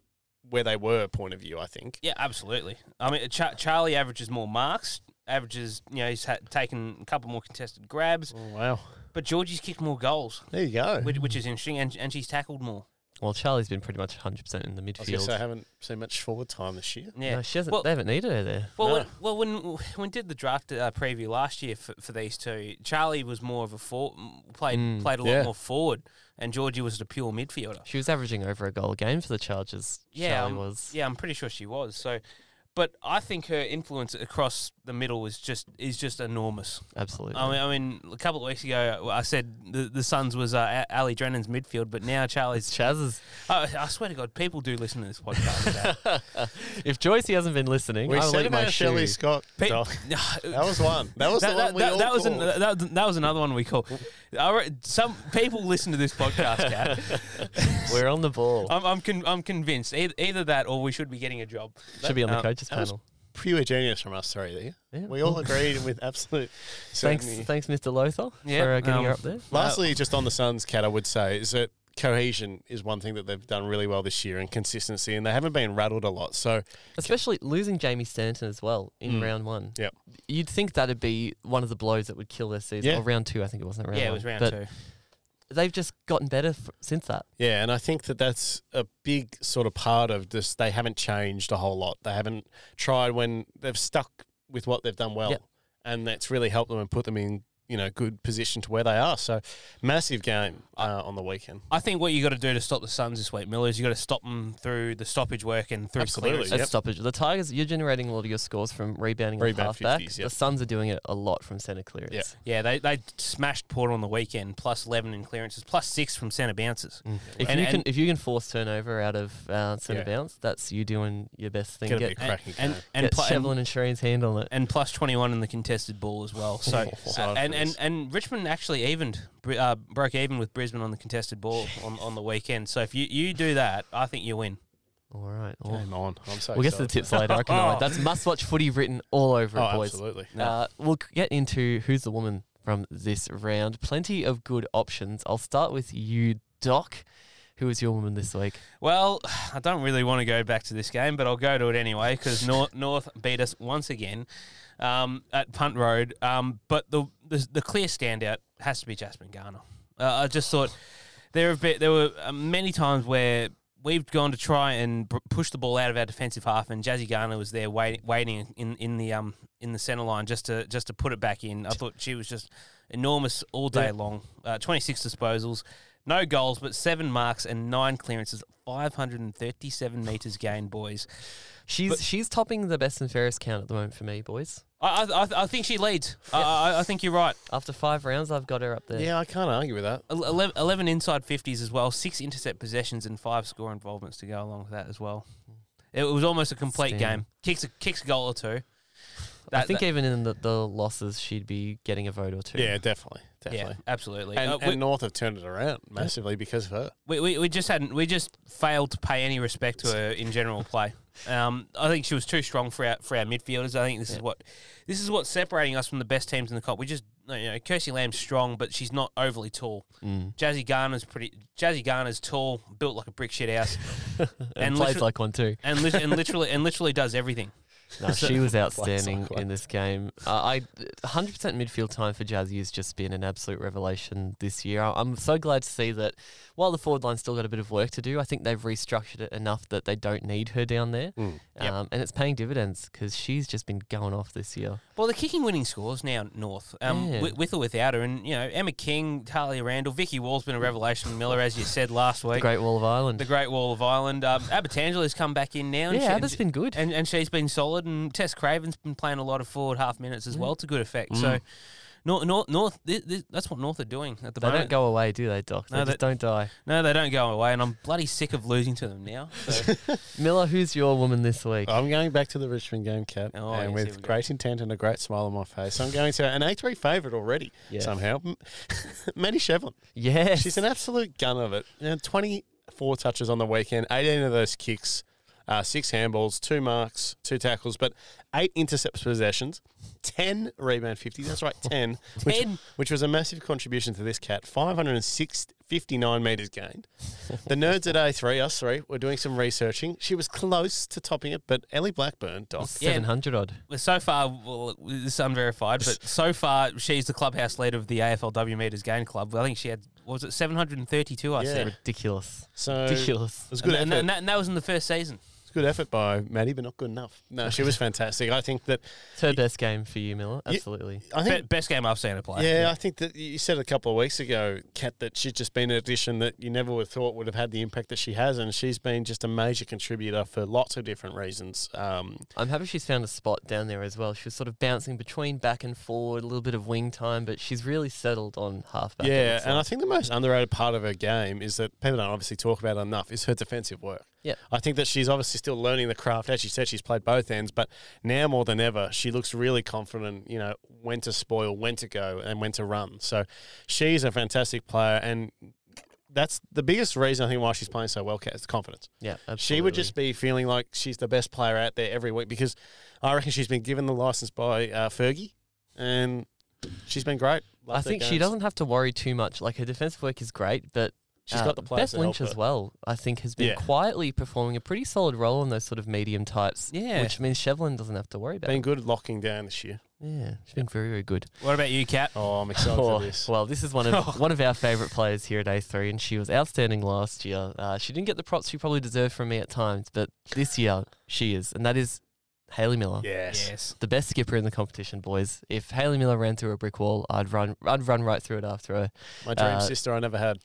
[SPEAKER 2] where they were point of view. I think.
[SPEAKER 3] Yeah, absolutely. I mean, Cha- Charlie averages more marks. Averages, you know, he's ha- taken a couple more contested grabs,
[SPEAKER 2] Oh, wow.
[SPEAKER 3] but Georgie's kicked more goals.
[SPEAKER 2] There you go.
[SPEAKER 3] which, which is interesting, and, and she's tackled more.
[SPEAKER 1] Well, Charlie's been pretty much 100% in the
[SPEAKER 2] I was going to
[SPEAKER 1] midfield.
[SPEAKER 2] say I haven't seen much forward time this year.
[SPEAKER 3] Yeah,
[SPEAKER 1] No, she hasn't.
[SPEAKER 3] Well-
[SPEAKER 1] they haven't needed her there.
[SPEAKER 3] Well, when,
[SPEAKER 2] No.
[SPEAKER 3] well, when when did the draft uh, preview last year for, for these two? Charlie was more of a for, m- played
[SPEAKER 1] Mm,
[SPEAKER 3] played a lot
[SPEAKER 2] yeah.
[SPEAKER 3] more forward, and Georgie was a pure midfielder.
[SPEAKER 1] She was averaging over a goal a game for the Chargers.
[SPEAKER 3] Yeah,
[SPEAKER 1] Charlie
[SPEAKER 3] um,
[SPEAKER 1] was.
[SPEAKER 3] Yeah, I'm pretty sure she was. So, but I think her influence across the middle is just is just enormous.
[SPEAKER 1] Absolutely.
[SPEAKER 3] I mean, I mean, a couple of weeks ago, I said the the Suns was uh, A- Ali Drennan's midfield, but now Charlie's.
[SPEAKER 1] Chaz's.
[SPEAKER 3] I, I swear to God, people do listen to this podcast. now.
[SPEAKER 1] If Joycey hasn't been listening,
[SPEAKER 2] We
[SPEAKER 1] I
[SPEAKER 2] said
[SPEAKER 1] laid my
[SPEAKER 2] about Shelley
[SPEAKER 1] shoe.
[SPEAKER 2] Scott.
[SPEAKER 3] Pe-
[SPEAKER 2] Doc. That was one. That was the
[SPEAKER 3] that,
[SPEAKER 2] one
[SPEAKER 3] that,
[SPEAKER 2] we
[SPEAKER 3] that,
[SPEAKER 2] all
[SPEAKER 3] that was an,
[SPEAKER 2] called.
[SPEAKER 3] that, was- that was another one we call. I re- Some people listen to this podcast. Kat.
[SPEAKER 1] We're on the ball.
[SPEAKER 3] I'm I'm, con- I'm convinced either, either that or we should be getting a job.
[SPEAKER 1] Should be on the
[SPEAKER 3] uh,
[SPEAKER 1] coaches
[SPEAKER 2] that was-
[SPEAKER 1] panel.
[SPEAKER 2] pure genius from us three there.
[SPEAKER 1] Yeah.
[SPEAKER 2] We all agreed with absolute
[SPEAKER 1] Thanks,
[SPEAKER 2] certainty.
[SPEAKER 1] thanks, Mr. Lothar,
[SPEAKER 3] Yeah,
[SPEAKER 1] for uh, getting her
[SPEAKER 3] um,
[SPEAKER 1] up there.
[SPEAKER 2] Lastly, just on the Suns, Cat, I would say is that cohesion is one thing that they've done really well this year, and consistency, and they haven't been rattled a lot. So
[SPEAKER 1] Especially losing Jamie Stanton as well in
[SPEAKER 2] Mm.
[SPEAKER 1] round one.
[SPEAKER 2] Yep.
[SPEAKER 1] You'd think that'd be one of the blows that would kill their season.
[SPEAKER 2] Yeah.
[SPEAKER 1] Or round two, I think it wasn't round
[SPEAKER 3] Yeah,
[SPEAKER 1] one.
[SPEAKER 3] it was round
[SPEAKER 1] but
[SPEAKER 3] two.
[SPEAKER 1] They've just gotten better f- since that.
[SPEAKER 2] Yeah, and I think that that's a big sort of part of this. They haven't changed a whole lot. They haven't tried when they've stuck with what they've done well,
[SPEAKER 1] Yep.
[SPEAKER 2] and that's really helped them and put them in you know good position to where they are. So massive game uh, on the weekend.
[SPEAKER 3] I think what you got to do to stop the Suns this week, Miller, is you got to stop them through the stoppage work and through
[SPEAKER 2] Absolutely.
[SPEAKER 3] clearance.
[SPEAKER 1] a
[SPEAKER 2] Yep.
[SPEAKER 1] stoppage. The Tigers, you're generating a lot of your scores from rebounding and
[SPEAKER 2] Rebound
[SPEAKER 1] halfback.
[SPEAKER 2] 50s, yep.
[SPEAKER 1] The Suns are doing it a lot from centre clearance.
[SPEAKER 2] Yep.
[SPEAKER 3] Yeah, they they smashed Port on the weekend, plus eleven in clearances, plus six from centre bounces.
[SPEAKER 1] Mm. If
[SPEAKER 3] And-
[SPEAKER 1] you can,
[SPEAKER 3] and-
[SPEAKER 1] if you can force turnover out of uh, centre
[SPEAKER 2] Yeah.
[SPEAKER 1] bounce, that's you doing your best thing.
[SPEAKER 2] Gonna
[SPEAKER 1] get
[SPEAKER 2] be
[SPEAKER 1] get,
[SPEAKER 2] a cracking
[SPEAKER 3] and
[SPEAKER 2] game.
[SPEAKER 3] and, pl- and
[SPEAKER 1] Shevlin and Shireen's hand on it.
[SPEAKER 3] and plus 21 in the contested ball as well. So, uh,
[SPEAKER 2] Sorry
[SPEAKER 3] and,
[SPEAKER 2] for
[SPEAKER 3] and,
[SPEAKER 2] this.
[SPEAKER 3] and Richmond actually evened, Bri- uh, broke even with Brisbane on the contested ball on, on the weekend. So if you, you do that, I think you win.
[SPEAKER 1] All right. Well,
[SPEAKER 2] Game on. I'm so
[SPEAKER 1] we'll get to the
[SPEAKER 2] excited.
[SPEAKER 1] tips later. I can lie. That's must-watch footy written all over
[SPEAKER 2] Oh,
[SPEAKER 1] it, boys.
[SPEAKER 2] absolutely.
[SPEAKER 1] Uh, we'll c- get into who's the woman from this round. Plenty of good options. I'll start with you, Doc. Who was your woman this week?
[SPEAKER 3] Well, I don't really want to go back to this game, but I'll go to it anyway because North, North beat us once again um, at Punt Road. Um, but the, the the clear standout has to be Jasmine Garner. Uh, I just thought there have been, there were uh, many times where we've gone to try and pr- push the ball out of our defensive half, and Jazzy Garner was there waiting waiting in, in the um in the centre line just to just to put it back in. I thought she was just enormous all day long. Uh, Twenty six disposals. No goals, but seven marks and nine clearances. 537 metres gained, boys.
[SPEAKER 1] She's she's topping the best and fairest count at the moment for me, boys.
[SPEAKER 3] I, I- I, I think she leads. I I, I think you're right.
[SPEAKER 1] After five rounds, I've got her up there.
[SPEAKER 2] Yeah, I can't argue with that.
[SPEAKER 3] Ele- 11, 11 inside 50s as well, six intercept possessions and five score involvements to go along with that as well. It was almost a complete
[SPEAKER 1] Outstanding.
[SPEAKER 3] game. Kicks a, kicks a goal or two.
[SPEAKER 1] I
[SPEAKER 3] That-
[SPEAKER 1] think
[SPEAKER 3] that-
[SPEAKER 1] even in the, the losses, she'd be getting a vote or two.
[SPEAKER 2] Yeah, definitely,
[SPEAKER 3] yeah,
[SPEAKER 2] definitely.
[SPEAKER 3] absolutely.
[SPEAKER 2] And,
[SPEAKER 3] Uh, we-
[SPEAKER 2] and North have turned it around massively because of her.
[SPEAKER 3] we, we, we just hadn't we just failed to pay any respect to her in general play. Um, I think she was too strong for our for our midfielders. I think this is what this is what's separating us from the best teams in the comp. We just you know Kirsty Lamb's strong, but she's not overly tall.
[SPEAKER 1] Mm.
[SPEAKER 3] Jazzy Garner's pretty. Jazzy Garner's tall, built like a brick shit house,
[SPEAKER 1] and,
[SPEAKER 3] And
[SPEAKER 1] plays
[SPEAKER 3] literally-
[SPEAKER 1] like one too.
[SPEAKER 3] and, lit- and literally and literally does everything.
[SPEAKER 1] No, she was outstanding
[SPEAKER 2] Likewise.
[SPEAKER 1] in this game. Uh, I 100% midfield time for Jazzy has just been an absolute revelation this year. I- I'm so glad to see that while the forward line's still got a bit of work to do, I think they've restructured it enough that they don't need her down there.
[SPEAKER 3] Yep.
[SPEAKER 1] Um, and it's paying dividends because she's just been going off this year.
[SPEAKER 3] Well, the kicking winning scores now North, um,
[SPEAKER 1] Yeah.
[SPEAKER 3] wi- with, or without her, and you know Emma King, Talia Randall, Vicky Wall's been a revelation. Miller, as you said last week,
[SPEAKER 1] Great Wall of Ireland.
[SPEAKER 3] the Great Wall of Ireland. Um, Abertangela's come back in now. And
[SPEAKER 1] yeah,
[SPEAKER 3] she,
[SPEAKER 1] Abba's been good.
[SPEAKER 3] and, and she's been solid. And Tess Craven's been playing a lot of forward half minutes
[SPEAKER 1] Mm.
[SPEAKER 3] as well to good effect. So North, North, North thi thi that's what North are doing at the
[SPEAKER 1] they
[SPEAKER 3] moment.
[SPEAKER 1] don't go away, do they, Doc? They
[SPEAKER 3] No,
[SPEAKER 1] just
[SPEAKER 3] they-
[SPEAKER 1] don't die.
[SPEAKER 3] no, they don't go away, and I'm bloody sick of losing to them now. So,
[SPEAKER 1] Miller, who's your woman this week?
[SPEAKER 2] I'm going back to the Richmond game, Cap,
[SPEAKER 3] Oh,
[SPEAKER 2] and
[SPEAKER 3] yes, here
[SPEAKER 2] with
[SPEAKER 3] we go.
[SPEAKER 2] great intent and a great smile on my face, I'm going to an A3 favourite already
[SPEAKER 1] Yes.
[SPEAKER 2] somehow. M- Maddie Shevlin.
[SPEAKER 1] yes.
[SPEAKER 2] She's an absolute gun of it. You know, 24 touches on the weekend, 18 of those kicks, uh, six handballs, two marks, two tackles, but eight intercept possessions, 10 rebound 50. That's right, 10. Which,
[SPEAKER 3] 10.
[SPEAKER 2] which was a massive contribution to this cat. 559 metres gained. The nerds at A3, us three, were doing some researching. She was close to topping it, but Ellie Blackburn, Doc.
[SPEAKER 1] 700 odd.
[SPEAKER 3] well, so far, well, this is unverified, but so far she's the clubhouse leader of the AFLW Meters Game Club. I think she had what was it 732? I
[SPEAKER 2] Yeah.
[SPEAKER 3] said.
[SPEAKER 1] Ridiculous.
[SPEAKER 2] So it
[SPEAKER 1] Ridiculous.
[SPEAKER 2] was good
[SPEAKER 3] And,
[SPEAKER 2] effort.
[SPEAKER 3] and, that, and that was in the first season.
[SPEAKER 2] It's good effort by Maddie, but not good enough. No, she was fantastic. I think that
[SPEAKER 1] It's her best game for you, Miller. Absolutely.
[SPEAKER 2] I
[SPEAKER 3] Be-
[SPEAKER 2] think
[SPEAKER 3] best game I've seen her play.
[SPEAKER 2] Yeah, I think that you said a couple of weeks ago, Kat, that she's just been an addition that you never would have thought would have had the impact that she has, and she's been just a major contributor for lots of different reasons. Um,
[SPEAKER 1] I'm happy she's found a spot down there as well. She was sort of bouncing between back and forward, a little bit of wing time, but she's really settled on halfback. it
[SPEAKER 2] yeah,
[SPEAKER 1] looks
[SPEAKER 2] and I
[SPEAKER 1] like.
[SPEAKER 2] think the most underrated part of her game is that people don't obviously talk about it enough is her defensive work.
[SPEAKER 1] Yeah.
[SPEAKER 2] I think that she's obviously still learning the craft. As she said, she's played both ends, but now more than ever, she looks really confident. You know when to spoil, when to go, and when to run. So she's a fantastic player, and that's the biggest reason I think why she's playing so well. Kat, is confidence.
[SPEAKER 1] yeah, absolutely.
[SPEAKER 2] She would just be feeling like she's the best player out there every week because I reckon she's been given the license by uh, Fergie, and she's been great.
[SPEAKER 1] I
[SPEAKER 2] Loved her
[SPEAKER 1] think she
[SPEAKER 2] games.
[SPEAKER 1] doesn't have to worry too much. Like her defensive work is great, but
[SPEAKER 2] She's
[SPEAKER 1] uh,
[SPEAKER 2] got the
[SPEAKER 1] Beth
[SPEAKER 2] players. to help
[SPEAKER 1] Lynch
[SPEAKER 2] her.
[SPEAKER 1] as well. I think has been
[SPEAKER 2] Yeah.
[SPEAKER 1] quietly performing a pretty solid role in those sort of medium types.
[SPEAKER 3] Yeah.
[SPEAKER 1] which means Shevlin doesn't have to worry about.
[SPEAKER 2] Been
[SPEAKER 1] it.
[SPEAKER 2] good at locking down this year.
[SPEAKER 1] Yeah, she's been very very good.
[SPEAKER 3] What about you, Kat?
[SPEAKER 2] Oh, I'm excited
[SPEAKER 1] Oh,
[SPEAKER 2] for this.
[SPEAKER 1] well, this is one of one of our favourite players here at A3, and she was outstanding last year. Uh, she didn't get the props she probably deserved from me at times, but this year she is, and that is Haley Miller,
[SPEAKER 2] Yes.
[SPEAKER 3] Yes.
[SPEAKER 1] the best skipper in the competition, boys. If Haley Miller ran through a brick wall, I'd run, I'd run right through it after her.
[SPEAKER 2] My dream
[SPEAKER 1] Uh,
[SPEAKER 2] sister I never had.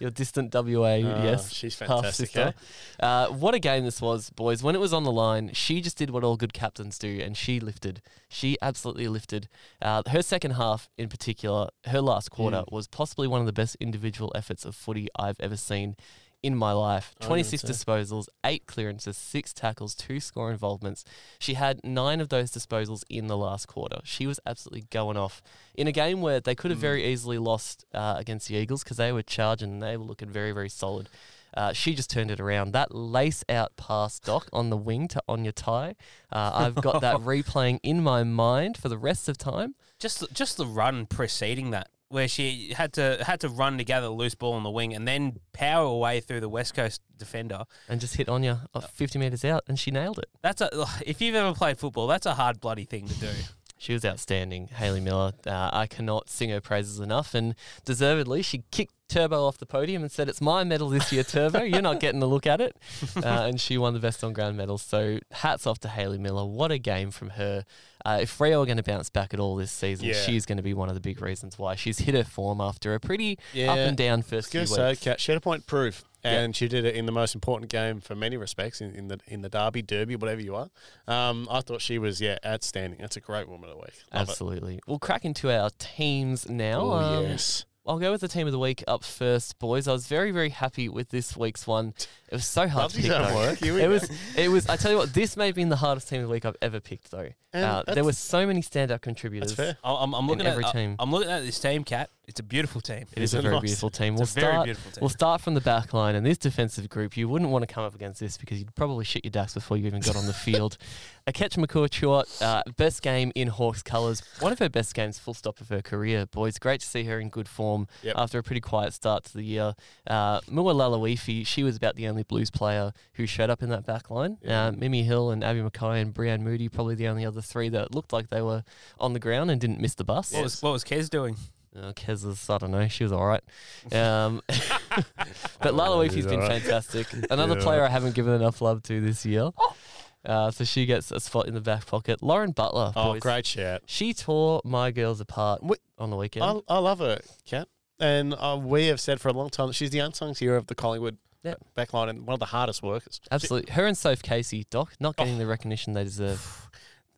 [SPEAKER 1] Your distant WA,
[SPEAKER 2] Ah,
[SPEAKER 1] yes,
[SPEAKER 2] She's
[SPEAKER 1] half
[SPEAKER 2] fantastic. eh?
[SPEAKER 1] sister. Uh, what a game this was, boys. When it was on the line, she just did what all good captains do, and she lifted. She absolutely lifted. Uh, her second half, in particular, her last quarter, was possibly one of the best individual efforts of footy I've ever seen in my life.
[SPEAKER 2] I would
[SPEAKER 1] 26
[SPEAKER 2] say.
[SPEAKER 1] disposals, eight clearances, six tackles, two score involvements. She had nine of those disposals in the last quarter. She was absolutely going off in a game where they could have very easily lost uh, against the Eagles because they were charging and they were looking very, very solid. Uh, she just turned it around. That lace out pass, Doc, on the wing to Anya Tai. Uh, I've got that replaying in my mind for the rest of time.
[SPEAKER 3] Just just the run preceding that where she had to had to run to gather the loose ball on the wing and then power away through the West Coast defender.
[SPEAKER 1] and just hit Anya uh, 50 metres out, and she nailed it.
[SPEAKER 3] That's a if you've ever played football, that's a hard bloody thing to do.
[SPEAKER 1] She was outstanding, Hayley Miller. Uh, I cannot sing her praises enough, and deservedly, she kicked Turbo off the podium and said, "It's my medal this year, Turbo. You're not getting a look at it." Uh, and she won the best on ground medal. So hats off to Hayley Miller. What a game from her! Uh, if Rio are going to bounce back at all this season,
[SPEAKER 2] Yeah.
[SPEAKER 1] she's going to be one of the big reasons why she's hit her form after a pretty
[SPEAKER 2] Yeah.
[SPEAKER 1] up and down first few
[SPEAKER 2] Good
[SPEAKER 1] weeks.
[SPEAKER 2] so, Kat. She had a point proof, and she did it in the most important game for many respects in, in the in the derby, derby, whatever you are. Um, I thought she was yeah outstanding. That's a great woman of the week. Love it.
[SPEAKER 1] Absolutely. We'll crack into our teams now.
[SPEAKER 2] Oh
[SPEAKER 1] Um,
[SPEAKER 2] yes,
[SPEAKER 1] I'll go with the team of the week up first, boys. I was very, very happy with this week's one. It was so hard
[SPEAKER 2] Love
[SPEAKER 1] to pick.
[SPEAKER 2] your own
[SPEAKER 1] though.
[SPEAKER 2] work. Here we
[SPEAKER 1] It
[SPEAKER 2] go.
[SPEAKER 1] was, it was. I tell you what, this may have been the hardest team of the week I've ever picked, though.
[SPEAKER 2] And
[SPEAKER 1] Uh, there
[SPEAKER 2] that's-
[SPEAKER 1] were so many standout contributors.
[SPEAKER 2] that's fair.
[SPEAKER 3] I- I'm, I'm looking
[SPEAKER 1] every
[SPEAKER 3] at I-
[SPEAKER 1] team.
[SPEAKER 3] I'm looking at this team, Cat. It's a beautiful team.
[SPEAKER 1] It is a
[SPEAKER 2] It's a
[SPEAKER 1] very
[SPEAKER 2] nice-
[SPEAKER 1] beautiful team.
[SPEAKER 3] It's
[SPEAKER 1] We'll
[SPEAKER 3] a very
[SPEAKER 1] start.
[SPEAKER 3] beautiful team.
[SPEAKER 1] We'll start from the back line, and this defensive group, you wouldn't want to come up against this because you'd probably shit your dacks before you even got on the field. Akech McCourtuot, uh, best game in Hawks colours, one of her best games, full stop of her career. Boys, great to see her in good form
[SPEAKER 2] Yep.
[SPEAKER 1] after a pretty quiet start to the year. Uh, Mua Lalawifi, she was about the only Blues player who showed up in that back line. Uh, Mimi Hill and Abby Mackay and Brianne Moody, probably the only other three that looked like they were on the ground and didn't miss the bus.
[SPEAKER 3] What was what was Kez doing?
[SPEAKER 1] Uh, Kez is, I don't know, she was all right. Um, but Lala Weefi's been
[SPEAKER 2] alright.
[SPEAKER 1] fantastic. Another
[SPEAKER 2] Yeah.
[SPEAKER 1] player I haven't given enough love to this year. Uh, so she gets a spot in the back pocket. Lauren Butler.
[SPEAKER 2] Oh,
[SPEAKER 1] boys.
[SPEAKER 2] great shout.
[SPEAKER 1] She tore my girls apart
[SPEAKER 2] Wh-
[SPEAKER 1] on the weekend.
[SPEAKER 2] I, I love her, Kat. And uh, we have said for a long time that she's the unsung hero of the Collingwood uh,
[SPEAKER 1] Yeah.
[SPEAKER 2] backline and one of the hardest workers.
[SPEAKER 1] Absolutely. Her and Soph Casey, Doc, not getting the recognition they deserve.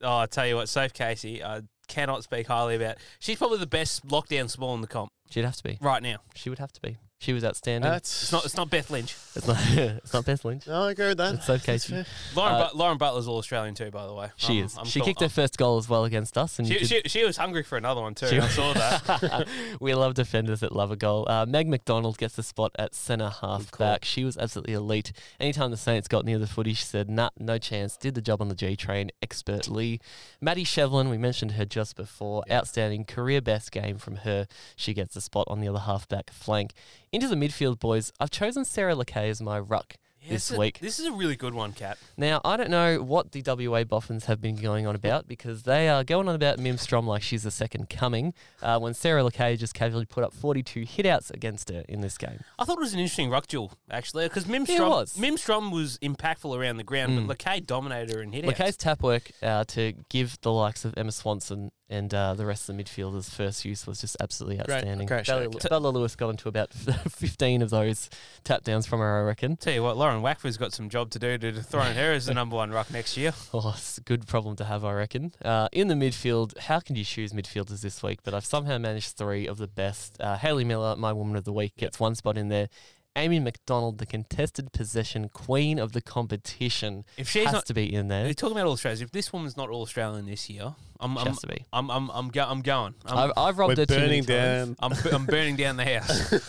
[SPEAKER 3] Oh, I tell you what, Safe Casey, I cannot speak highly about. She's probably the best lockdown small in the comp
[SPEAKER 1] She'd have to be.
[SPEAKER 3] right now.
[SPEAKER 1] She would have to be. She was outstanding.
[SPEAKER 2] That's
[SPEAKER 3] It's not it's not Beth Lynch.
[SPEAKER 1] it's not. it's not Beth Lynch.
[SPEAKER 2] No, I agree with that.
[SPEAKER 1] It's Soph
[SPEAKER 2] That's
[SPEAKER 1] Casey.
[SPEAKER 2] fair.
[SPEAKER 3] Lauren
[SPEAKER 1] Uh,
[SPEAKER 3] but- Lauren Butler's all Australian too, by the way.
[SPEAKER 1] She
[SPEAKER 3] I'm-
[SPEAKER 1] is.
[SPEAKER 3] I'm
[SPEAKER 1] she
[SPEAKER 3] calling-
[SPEAKER 1] kicked her first goal as well against us, and you
[SPEAKER 3] She,
[SPEAKER 1] could
[SPEAKER 3] she, she was hungry for another one too.
[SPEAKER 1] She-
[SPEAKER 3] I saw that.
[SPEAKER 1] we love defenders that love a goal. Uh, Meg McDonald gets the spot at centre half
[SPEAKER 3] call.
[SPEAKER 1] back. She was absolutely elite. Anytime the Saints got near the footy, she said, nah, no chance. Did the job on the G train expertly. Maddie Shevlin, we mentioned her just before. Outstanding career best game from her. She gets the spot on the other half back flank. Into the midfield, boys. I've chosen Sarah Lakay as my ruck. this
[SPEAKER 3] is a-
[SPEAKER 1] week.
[SPEAKER 3] this is a really good one, Cat.
[SPEAKER 1] Now, I don't know what the WA Boffins have been going on about because they are going on about Mim Strom like she's the second coming uh, when Sarah Lekay just casually put up 42 hitouts against her in this game.
[SPEAKER 3] I thought it was an interesting ruck duel actually, because Mim
[SPEAKER 1] Yeah, it
[SPEAKER 3] Strom
[SPEAKER 1] was. Mm.
[SPEAKER 3] Mim Strom was impactful around the ground, but Lekay dominated her in hit
[SPEAKER 1] Lekay's tap work uh, to give the likes of Emma Swanson and uh, the rest of the midfielders first use was just absolutely
[SPEAKER 2] Great-
[SPEAKER 1] outstanding.
[SPEAKER 2] great
[SPEAKER 1] Bella,
[SPEAKER 2] shout,
[SPEAKER 1] Bella Lewis got into about 15 of those tap downs from her, I reckon.
[SPEAKER 3] Tell you what, Lauren Wackford's got some job to do to dethrone her as the number one ruck next year.
[SPEAKER 1] Oh, it's a good problem to have, I reckon. Uh, in the midfield, how can you choose midfielders this week? But I've somehow managed three of the best. Uh, Haley Miller, my woman of the week, gets one spot in there. Amy McDonald, the contested possession queen of the competition,
[SPEAKER 3] If she's
[SPEAKER 1] has
[SPEAKER 3] not,
[SPEAKER 1] to be in there.
[SPEAKER 3] we're talking about all Australians. If this woman's not all Australian this year, I'm
[SPEAKER 1] She
[SPEAKER 3] I'm
[SPEAKER 1] has to be.
[SPEAKER 3] I'm I'm I'm, go, I'm going. I'm,
[SPEAKER 1] I've, I've robbed
[SPEAKER 2] um, We're
[SPEAKER 1] her too many
[SPEAKER 2] burning
[SPEAKER 1] times.
[SPEAKER 2] down.
[SPEAKER 3] I'm I'm burning down the house.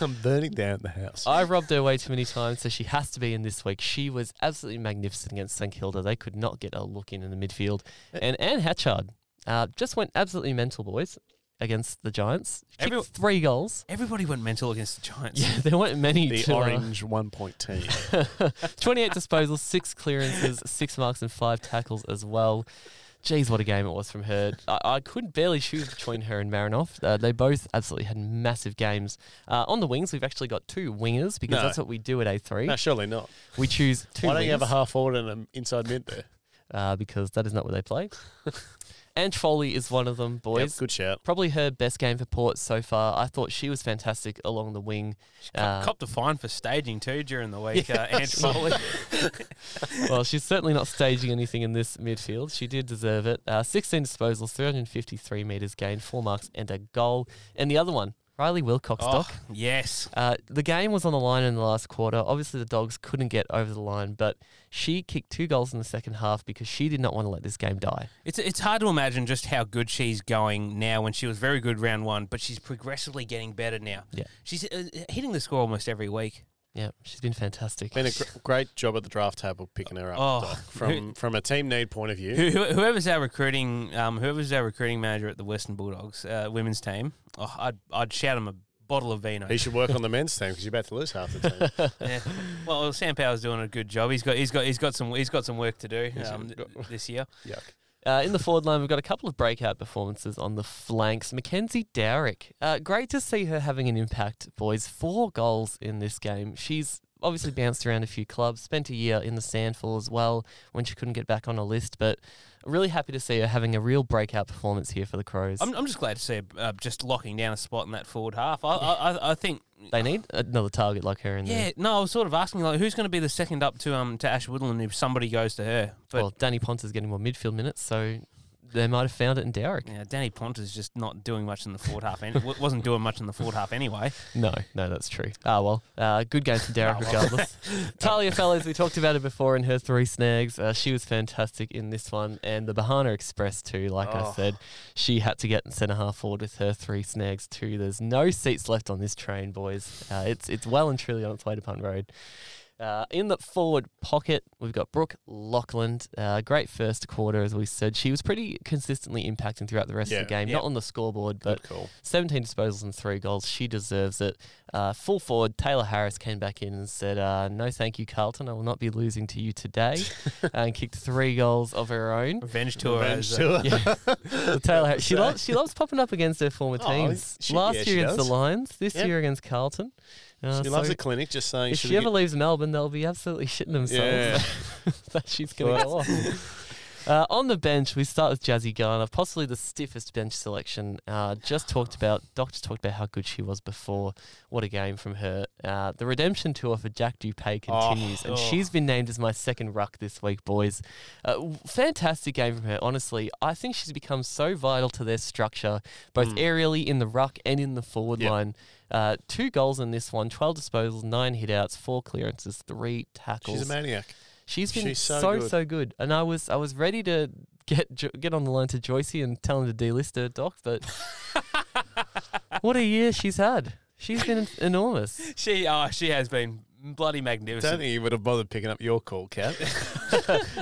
[SPEAKER 2] I'm burning down the house.
[SPEAKER 1] I've robbed her way too many times, so she has to be in this week. She was absolutely magnificent against St Kilda. They could not get a look in in the midfield. And Anne Hatchard uh, just went absolutely mental, boys, against the Giants. Kicked
[SPEAKER 3] Every-
[SPEAKER 1] three goals.
[SPEAKER 3] Everybody went mental against the Giants.
[SPEAKER 1] Yeah, there weren't many.
[SPEAKER 2] the
[SPEAKER 1] to, uh,
[SPEAKER 2] orange one point team.
[SPEAKER 1] 28 disposals, six clearances, six marks, and five tackles as well. Jeez, what a game it was from her. I, I could barely choose between her and Marinoff. Uh, they both absolutely had massive games. Uh, on the wings, we've actually got two wingers because
[SPEAKER 2] No.
[SPEAKER 1] that's what we do at A3.
[SPEAKER 2] no, surely not.
[SPEAKER 1] We choose two
[SPEAKER 2] Why don't
[SPEAKER 1] wingers
[SPEAKER 2] you have a half forward and an inside mid there?
[SPEAKER 1] uh, because that is not where they play. and Foley is one of them,
[SPEAKER 2] Yep,
[SPEAKER 1] boys.
[SPEAKER 2] good shout.
[SPEAKER 1] Probably her best game for Port so far. I thought she was fantastic along the wing. Uh,
[SPEAKER 3] Copped a fine for staging too during the week, uh, Ange Foley.
[SPEAKER 1] well, she's certainly not staging anything in this midfield. She did deserve it. Uh, 16 disposals, 353 metres gained, four marks, and a goal. And the other one, Riley Wilcox,
[SPEAKER 3] Oh,
[SPEAKER 1] Doc.
[SPEAKER 3] yes.
[SPEAKER 1] Uh, the game was on the line in the last quarter. Obviously, the dogs couldn't get over the line, but she kicked two goals in the second half because she did not want to let this game die.
[SPEAKER 3] It's it's hard to imagine just how good she's going now when she was very good round one, but she's progressively getting better now.
[SPEAKER 1] Yeah.
[SPEAKER 3] She's uh, hitting the score almost every week.
[SPEAKER 1] Yeah, she's been fantastic.
[SPEAKER 2] Been a gr- great job at the draft table picking her up
[SPEAKER 3] Oh,
[SPEAKER 2] Doc, from from a team need point of view.
[SPEAKER 3] Who, who, whoever's our recruiting, um, whoever's our recruiting manager at the Western Bulldogs uh, women's team, oh, I'd I'd shout him a bottle of vino.
[SPEAKER 2] He should work on the men's team because you're about to lose half the team.
[SPEAKER 3] yeah. Well, Sam Power's doing a good job. He's got he's got he's got some he's got some work to do
[SPEAKER 2] He's
[SPEAKER 3] um,
[SPEAKER 2] got-
[SPEAKER 3] th- this year.
[SPEAKER 2] Yuck.
[SPEAKER 1] Uh, in the forward line, we've got a couple of breakout performances on the flanks. Mackenzie Derrick, uh, great to see her having an impact, boys. Four goals in this game. She's obviously bounced around a few clubs, spent a year in the Sandful as well when she couldn't get back on a list, but really happy to see her having a real breakout performance here for the Crows.
[SPEAKER 3] I'm, I'm just glad to see her, uh, just locking down a spot in that forward half. I I, I, I think
[SPEAKER 1] they need another target like her in
[SPEAKER 3] yeah.
[SPEAKER 1] there.
[SPEAKER 3] No, I was sort of asking like who's going to be the second up to um to Ash Woodland if somebody goes to her. But
[SPEAKER 1] well, Danny Ponce is getting more midfield minutes, so they might have found it in Derrick.
[SPEAKER 3] yeah, Danny Ponta's just not doing much in the forward half. And w- wasn't doing much in the forward half anyway.
[SPEAKER 1] No, no, that's true. Ah, well, uh, good game for Derek
[SPEAKER 3] Ah, well.
[SPEAKER 1] regardless. Talia Fellows, we talked about it before in her three snags. Uh, she was fantastic in this one, and the Bahana Express too. Like I
[SPEAKER 2] Oh.
[SPEAKER 1] said, she had to get in centre half forward with her three snags too. There's no seats left on this train, boys. Uh, it's it's well and truly on its way to Punt Road. Uh, in the forward pocket, we've got Brooke Lachland. Uh, great first quarter, as we said. She was pretty consistently impacting throughout the rest of
[SPEAKER 2] Yeah,
[SPEAKER 1] the game,
[SPEAKER 3] yeah.
[SPEAKER 1] not on the scoreboard, but
[SPEAKER 2] Good call.
[SPEAKER 1] 17 disposals and three goals. She deserves it. Uh, full forward, Taylor Harris came back in and said, uh, No, thank you, Carlton. I will not be losing to you today. and kicked three goals of her own.
[SPEAKER 3] Revenge tour.
[SPEAKER 2] Revenge
[SPEAKER 3] is,
[SPEAKER 2] tour.
[SPEAKER 3] uh,
[SPEAKER 1] Yeah. Taylor Harris, she,
[SPEAKER 2] So-
[SPEAKER 1] loves, she loves popping up against her former
[SPEAKER 2] Oh,
[SPEAKER 1] teams.
[SPEAKER 2] she-
[SPEAKER 1] Last
[SPEAKER 2] yeah,
[SPEAKER 1] year
[SPEAKER 2] she
[SPEAKER 1] against
[SPEAKER 2] does.
[SPEAKER 1] the Lions, this
[SPEAKER 2] Yep.
[SPEAKER 1] year against Carlton. Uh,
[SPEAKER 2] She loves
[SPEAKER 1] so
[SPEAKER 2] a clinic, just saying.
[SPEAKER 1] If
[SPEAKER 2] should've
[SPEAKER 1] she ever leaves Melbourne, they'll be absolutely shitting themselves.
[SPEAKER 2] Yeah.
[SPEAKER 1] that she's going to go off. Uh, on the bench, we start with Jazzy Garner, possibly the stiffest bench selection. Uh, just talked about, Doctor talked about how good she was before. What a game from her. Uh, the redemption tour for Jack Dupay continues, and
[SPEAKER 3] oh.
[SPEAKER 1] she's been named as my second ruck this week, boys. Uh, w- fantastic game from her, honestly. I think she's become so vital to their structure, both
[SPEAKER 3] Hmm.
[SPEAKER 1] aerially in the ruck and in the forward
[SPEAKER 2] Yep.
[SPEAKER 1] line. Uh, two goals in this one 12 disposals, nine hitouts, four clearances, three tackles.
[SPEAKER 2] She's a maniac.
[SPEAKER 1] She's been
[SPEAKER 2] She's
[SPEAKER 1] so
[SPEAKER 2] so
[SPEAKER 1] so good.
[SPEAKER 2] good.
[SPEAKER 1] and I was I was ready to get Jo- get on the line to Joycey and tell him to delist her doc, but what a year she's had. She's been en- enormous.
[SPEAKER 3] She oh she has been bloody
[SPEAKER 2] I don't
[SPEAKER 3] magnificent.
[SPEAKER 2] think you would have bothered picking up your call, Cat.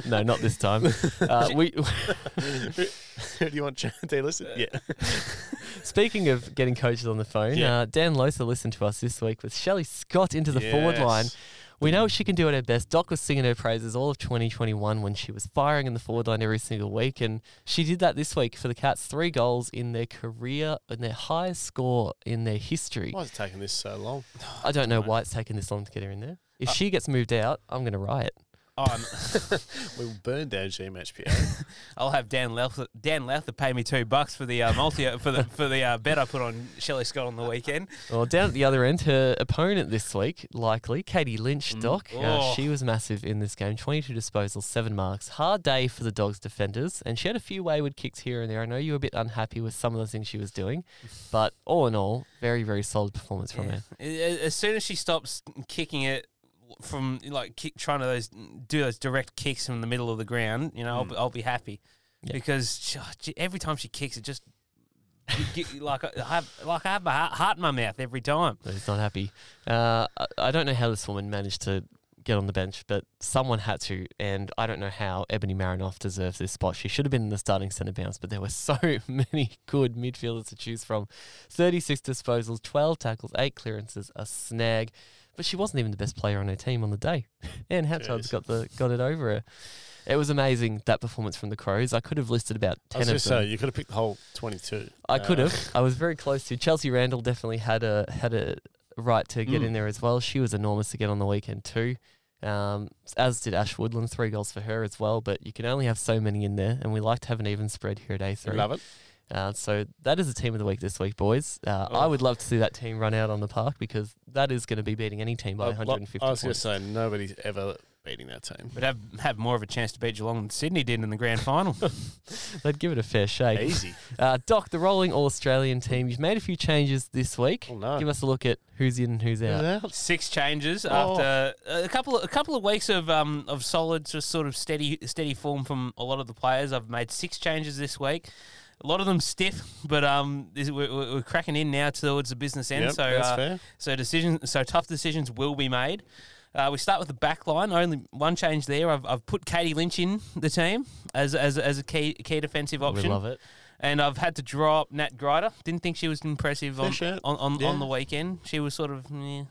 [SPEAKER 1] No, not this time. Uh, we
[SPEAKER 2] Do you want to
[SPEAKER 3] Uh,
[SPEAKER 2] listen? Yeah.
[SPEAKER 1] speaking of getting coaches on the phone,
[SPEAKER 2] Yeah.
[SPEAKER 1] uh, Dan Losa listened to us this week with Shelley Scott into the forward line.
[SPEAKER 2] Yes.
[SPEAKER 1] We know what she can do at her best. Doc was singing her praises all of 2021 when she was firing in the forward line every single week, and she did that this week for the Cats. Three goals in their career and their highest score in their history.
[SPEAKER 2] Why is it taking this so long?
[SPEAKER 1] I don't know why it's taken this long to get her in there. If she gets moved out, I'm going to riot.
[SPEAKER 3] Oh, I'm-
[SPEAKER 2] We will burn down GMHPO.
[SPEAKER 3] I'll have Dan Lowther, Dan Lowther pay me two bucks for the uh, multi for the for the uh, bet I put on Shelley Scott on the weekend.
[SPEAKER 1] Well, down at the other end, her opponent this week, likely Katie Lynch, Doc. Uh,
[SPEAKER 3] Oh.
[SPEAKER 1] she was massive in this game 22 disposals, seven marks. Hard day for the Dogs defenders, and she had a few wayward kicks here and there. I know you were a bit unhappy with some of the things she was doing, but all in all, very, very solid performance from her.
[SPEAKER 3] A- As soon as she stops kicking it from like kick, trying to those do those direct kicks from the middle of the ground, you know, I'll, be- I'll be happy
[SPEAKER 1] Yeah.
[SPEAKER 3] because she, she- every time she kicks, it just you get- like I have like I have my heart, heart in my mouth every time.
[SPEAKER 1] But he's not happy. Uh, I, I don't know how this woman managed to get on the bench, but someone had to, and I don't know how Ebony Marinoff deserves this spot. She should have been in the starting centre bounce, but there were so many good midfielders to choose from. 36 disposals, 12 tackles, 8 clearances, a snag. But she wasn't even the best player on her team on the day. And Hatchard's
[SPEAKER 2] Jeez.
[SPEAKER 1] got the got it over her. It was amazing that performance from the Crows. I could have listed about ten
[SPEAKER 2] I was
[SPEAKER 1] of them.
[SPEAKER 2] going to say, you could have picked the whole 22.
[SPEAKER 1] I could
[SPEAKER 2] Uh,
[SPEAKER 1] have. I was very close to. Chelsea Randall definitely had a had a right to
[SPEAKER 2] Hmm.
[SPEAKER 1] get in there as well. She was enormous to get on the weekend too. Um, as did Ash Woodland, three goals for her as well. But you can only have so many in there, and we like to have an even spread here at A three.
[SPEAKER 2] Love it. Oh.
[SPEAKER 1] Uh, so that is the team of the week this week, boys. Uh, I would love to see that team run out on the park because that is going to be beating any team by
[SPEAKER 2] Oh, I-
[SPEAKER 1] 150
[SPEAKER 2] I was going to
[SPEAKER 1] points.
[SPEAKER 2] say, nobody's ever beating that team.
[SPEAKER 3] But have have more of a chance to beat Geelong than Sydney did in the grand final.
[SPEAKER 1] They'd give it a fair shake.
[SPEAKER 2] Easy.
[SPEAKER 1] Uh, Doc, the rolling All Australian team. You've made a few changes this week.
[SPEAKER 2] Oh, no.
[SPEAKER 1] Give us a look at who's in and who's out.
[SPEAKER 2] Without-
[SPEAKER 3] six changes
[SPEAKER 2] Oh.
[SPEAKER 3] after a couple of, a couple of weeks of um of solid just sort of steady steady form from a lot of the players. I've made six changes this week. a lot of them stiff, but um, this, we're, we're we're cracking in now towards the business end.
[SPEAKER 2] Yep,
[SPEAKER 3] so
[SPEAKER 2] that's
[SPEAKER 3] uh,
[SPEAKER 2] fair.
[SPEAKER 3] so decisions, so tough decisions will be made. Uh, we start with the back line. Only one change there. I've, I've put Katie Lynch in the team as as, as a key key defensive
[SPEAKER 1] We
[SPEAKER 3] option.
[SPEAKER 1] love it.
[SPEAKER 3] And I've had to draw up Nat Grider. Didn't think she was impressive on
[SPEAKER 2] shout.
[SPEAKER 3] on, on,
[SPEAKER 2] Yeah.
[SPEAKER 3] on the weekend. She was sort of meh,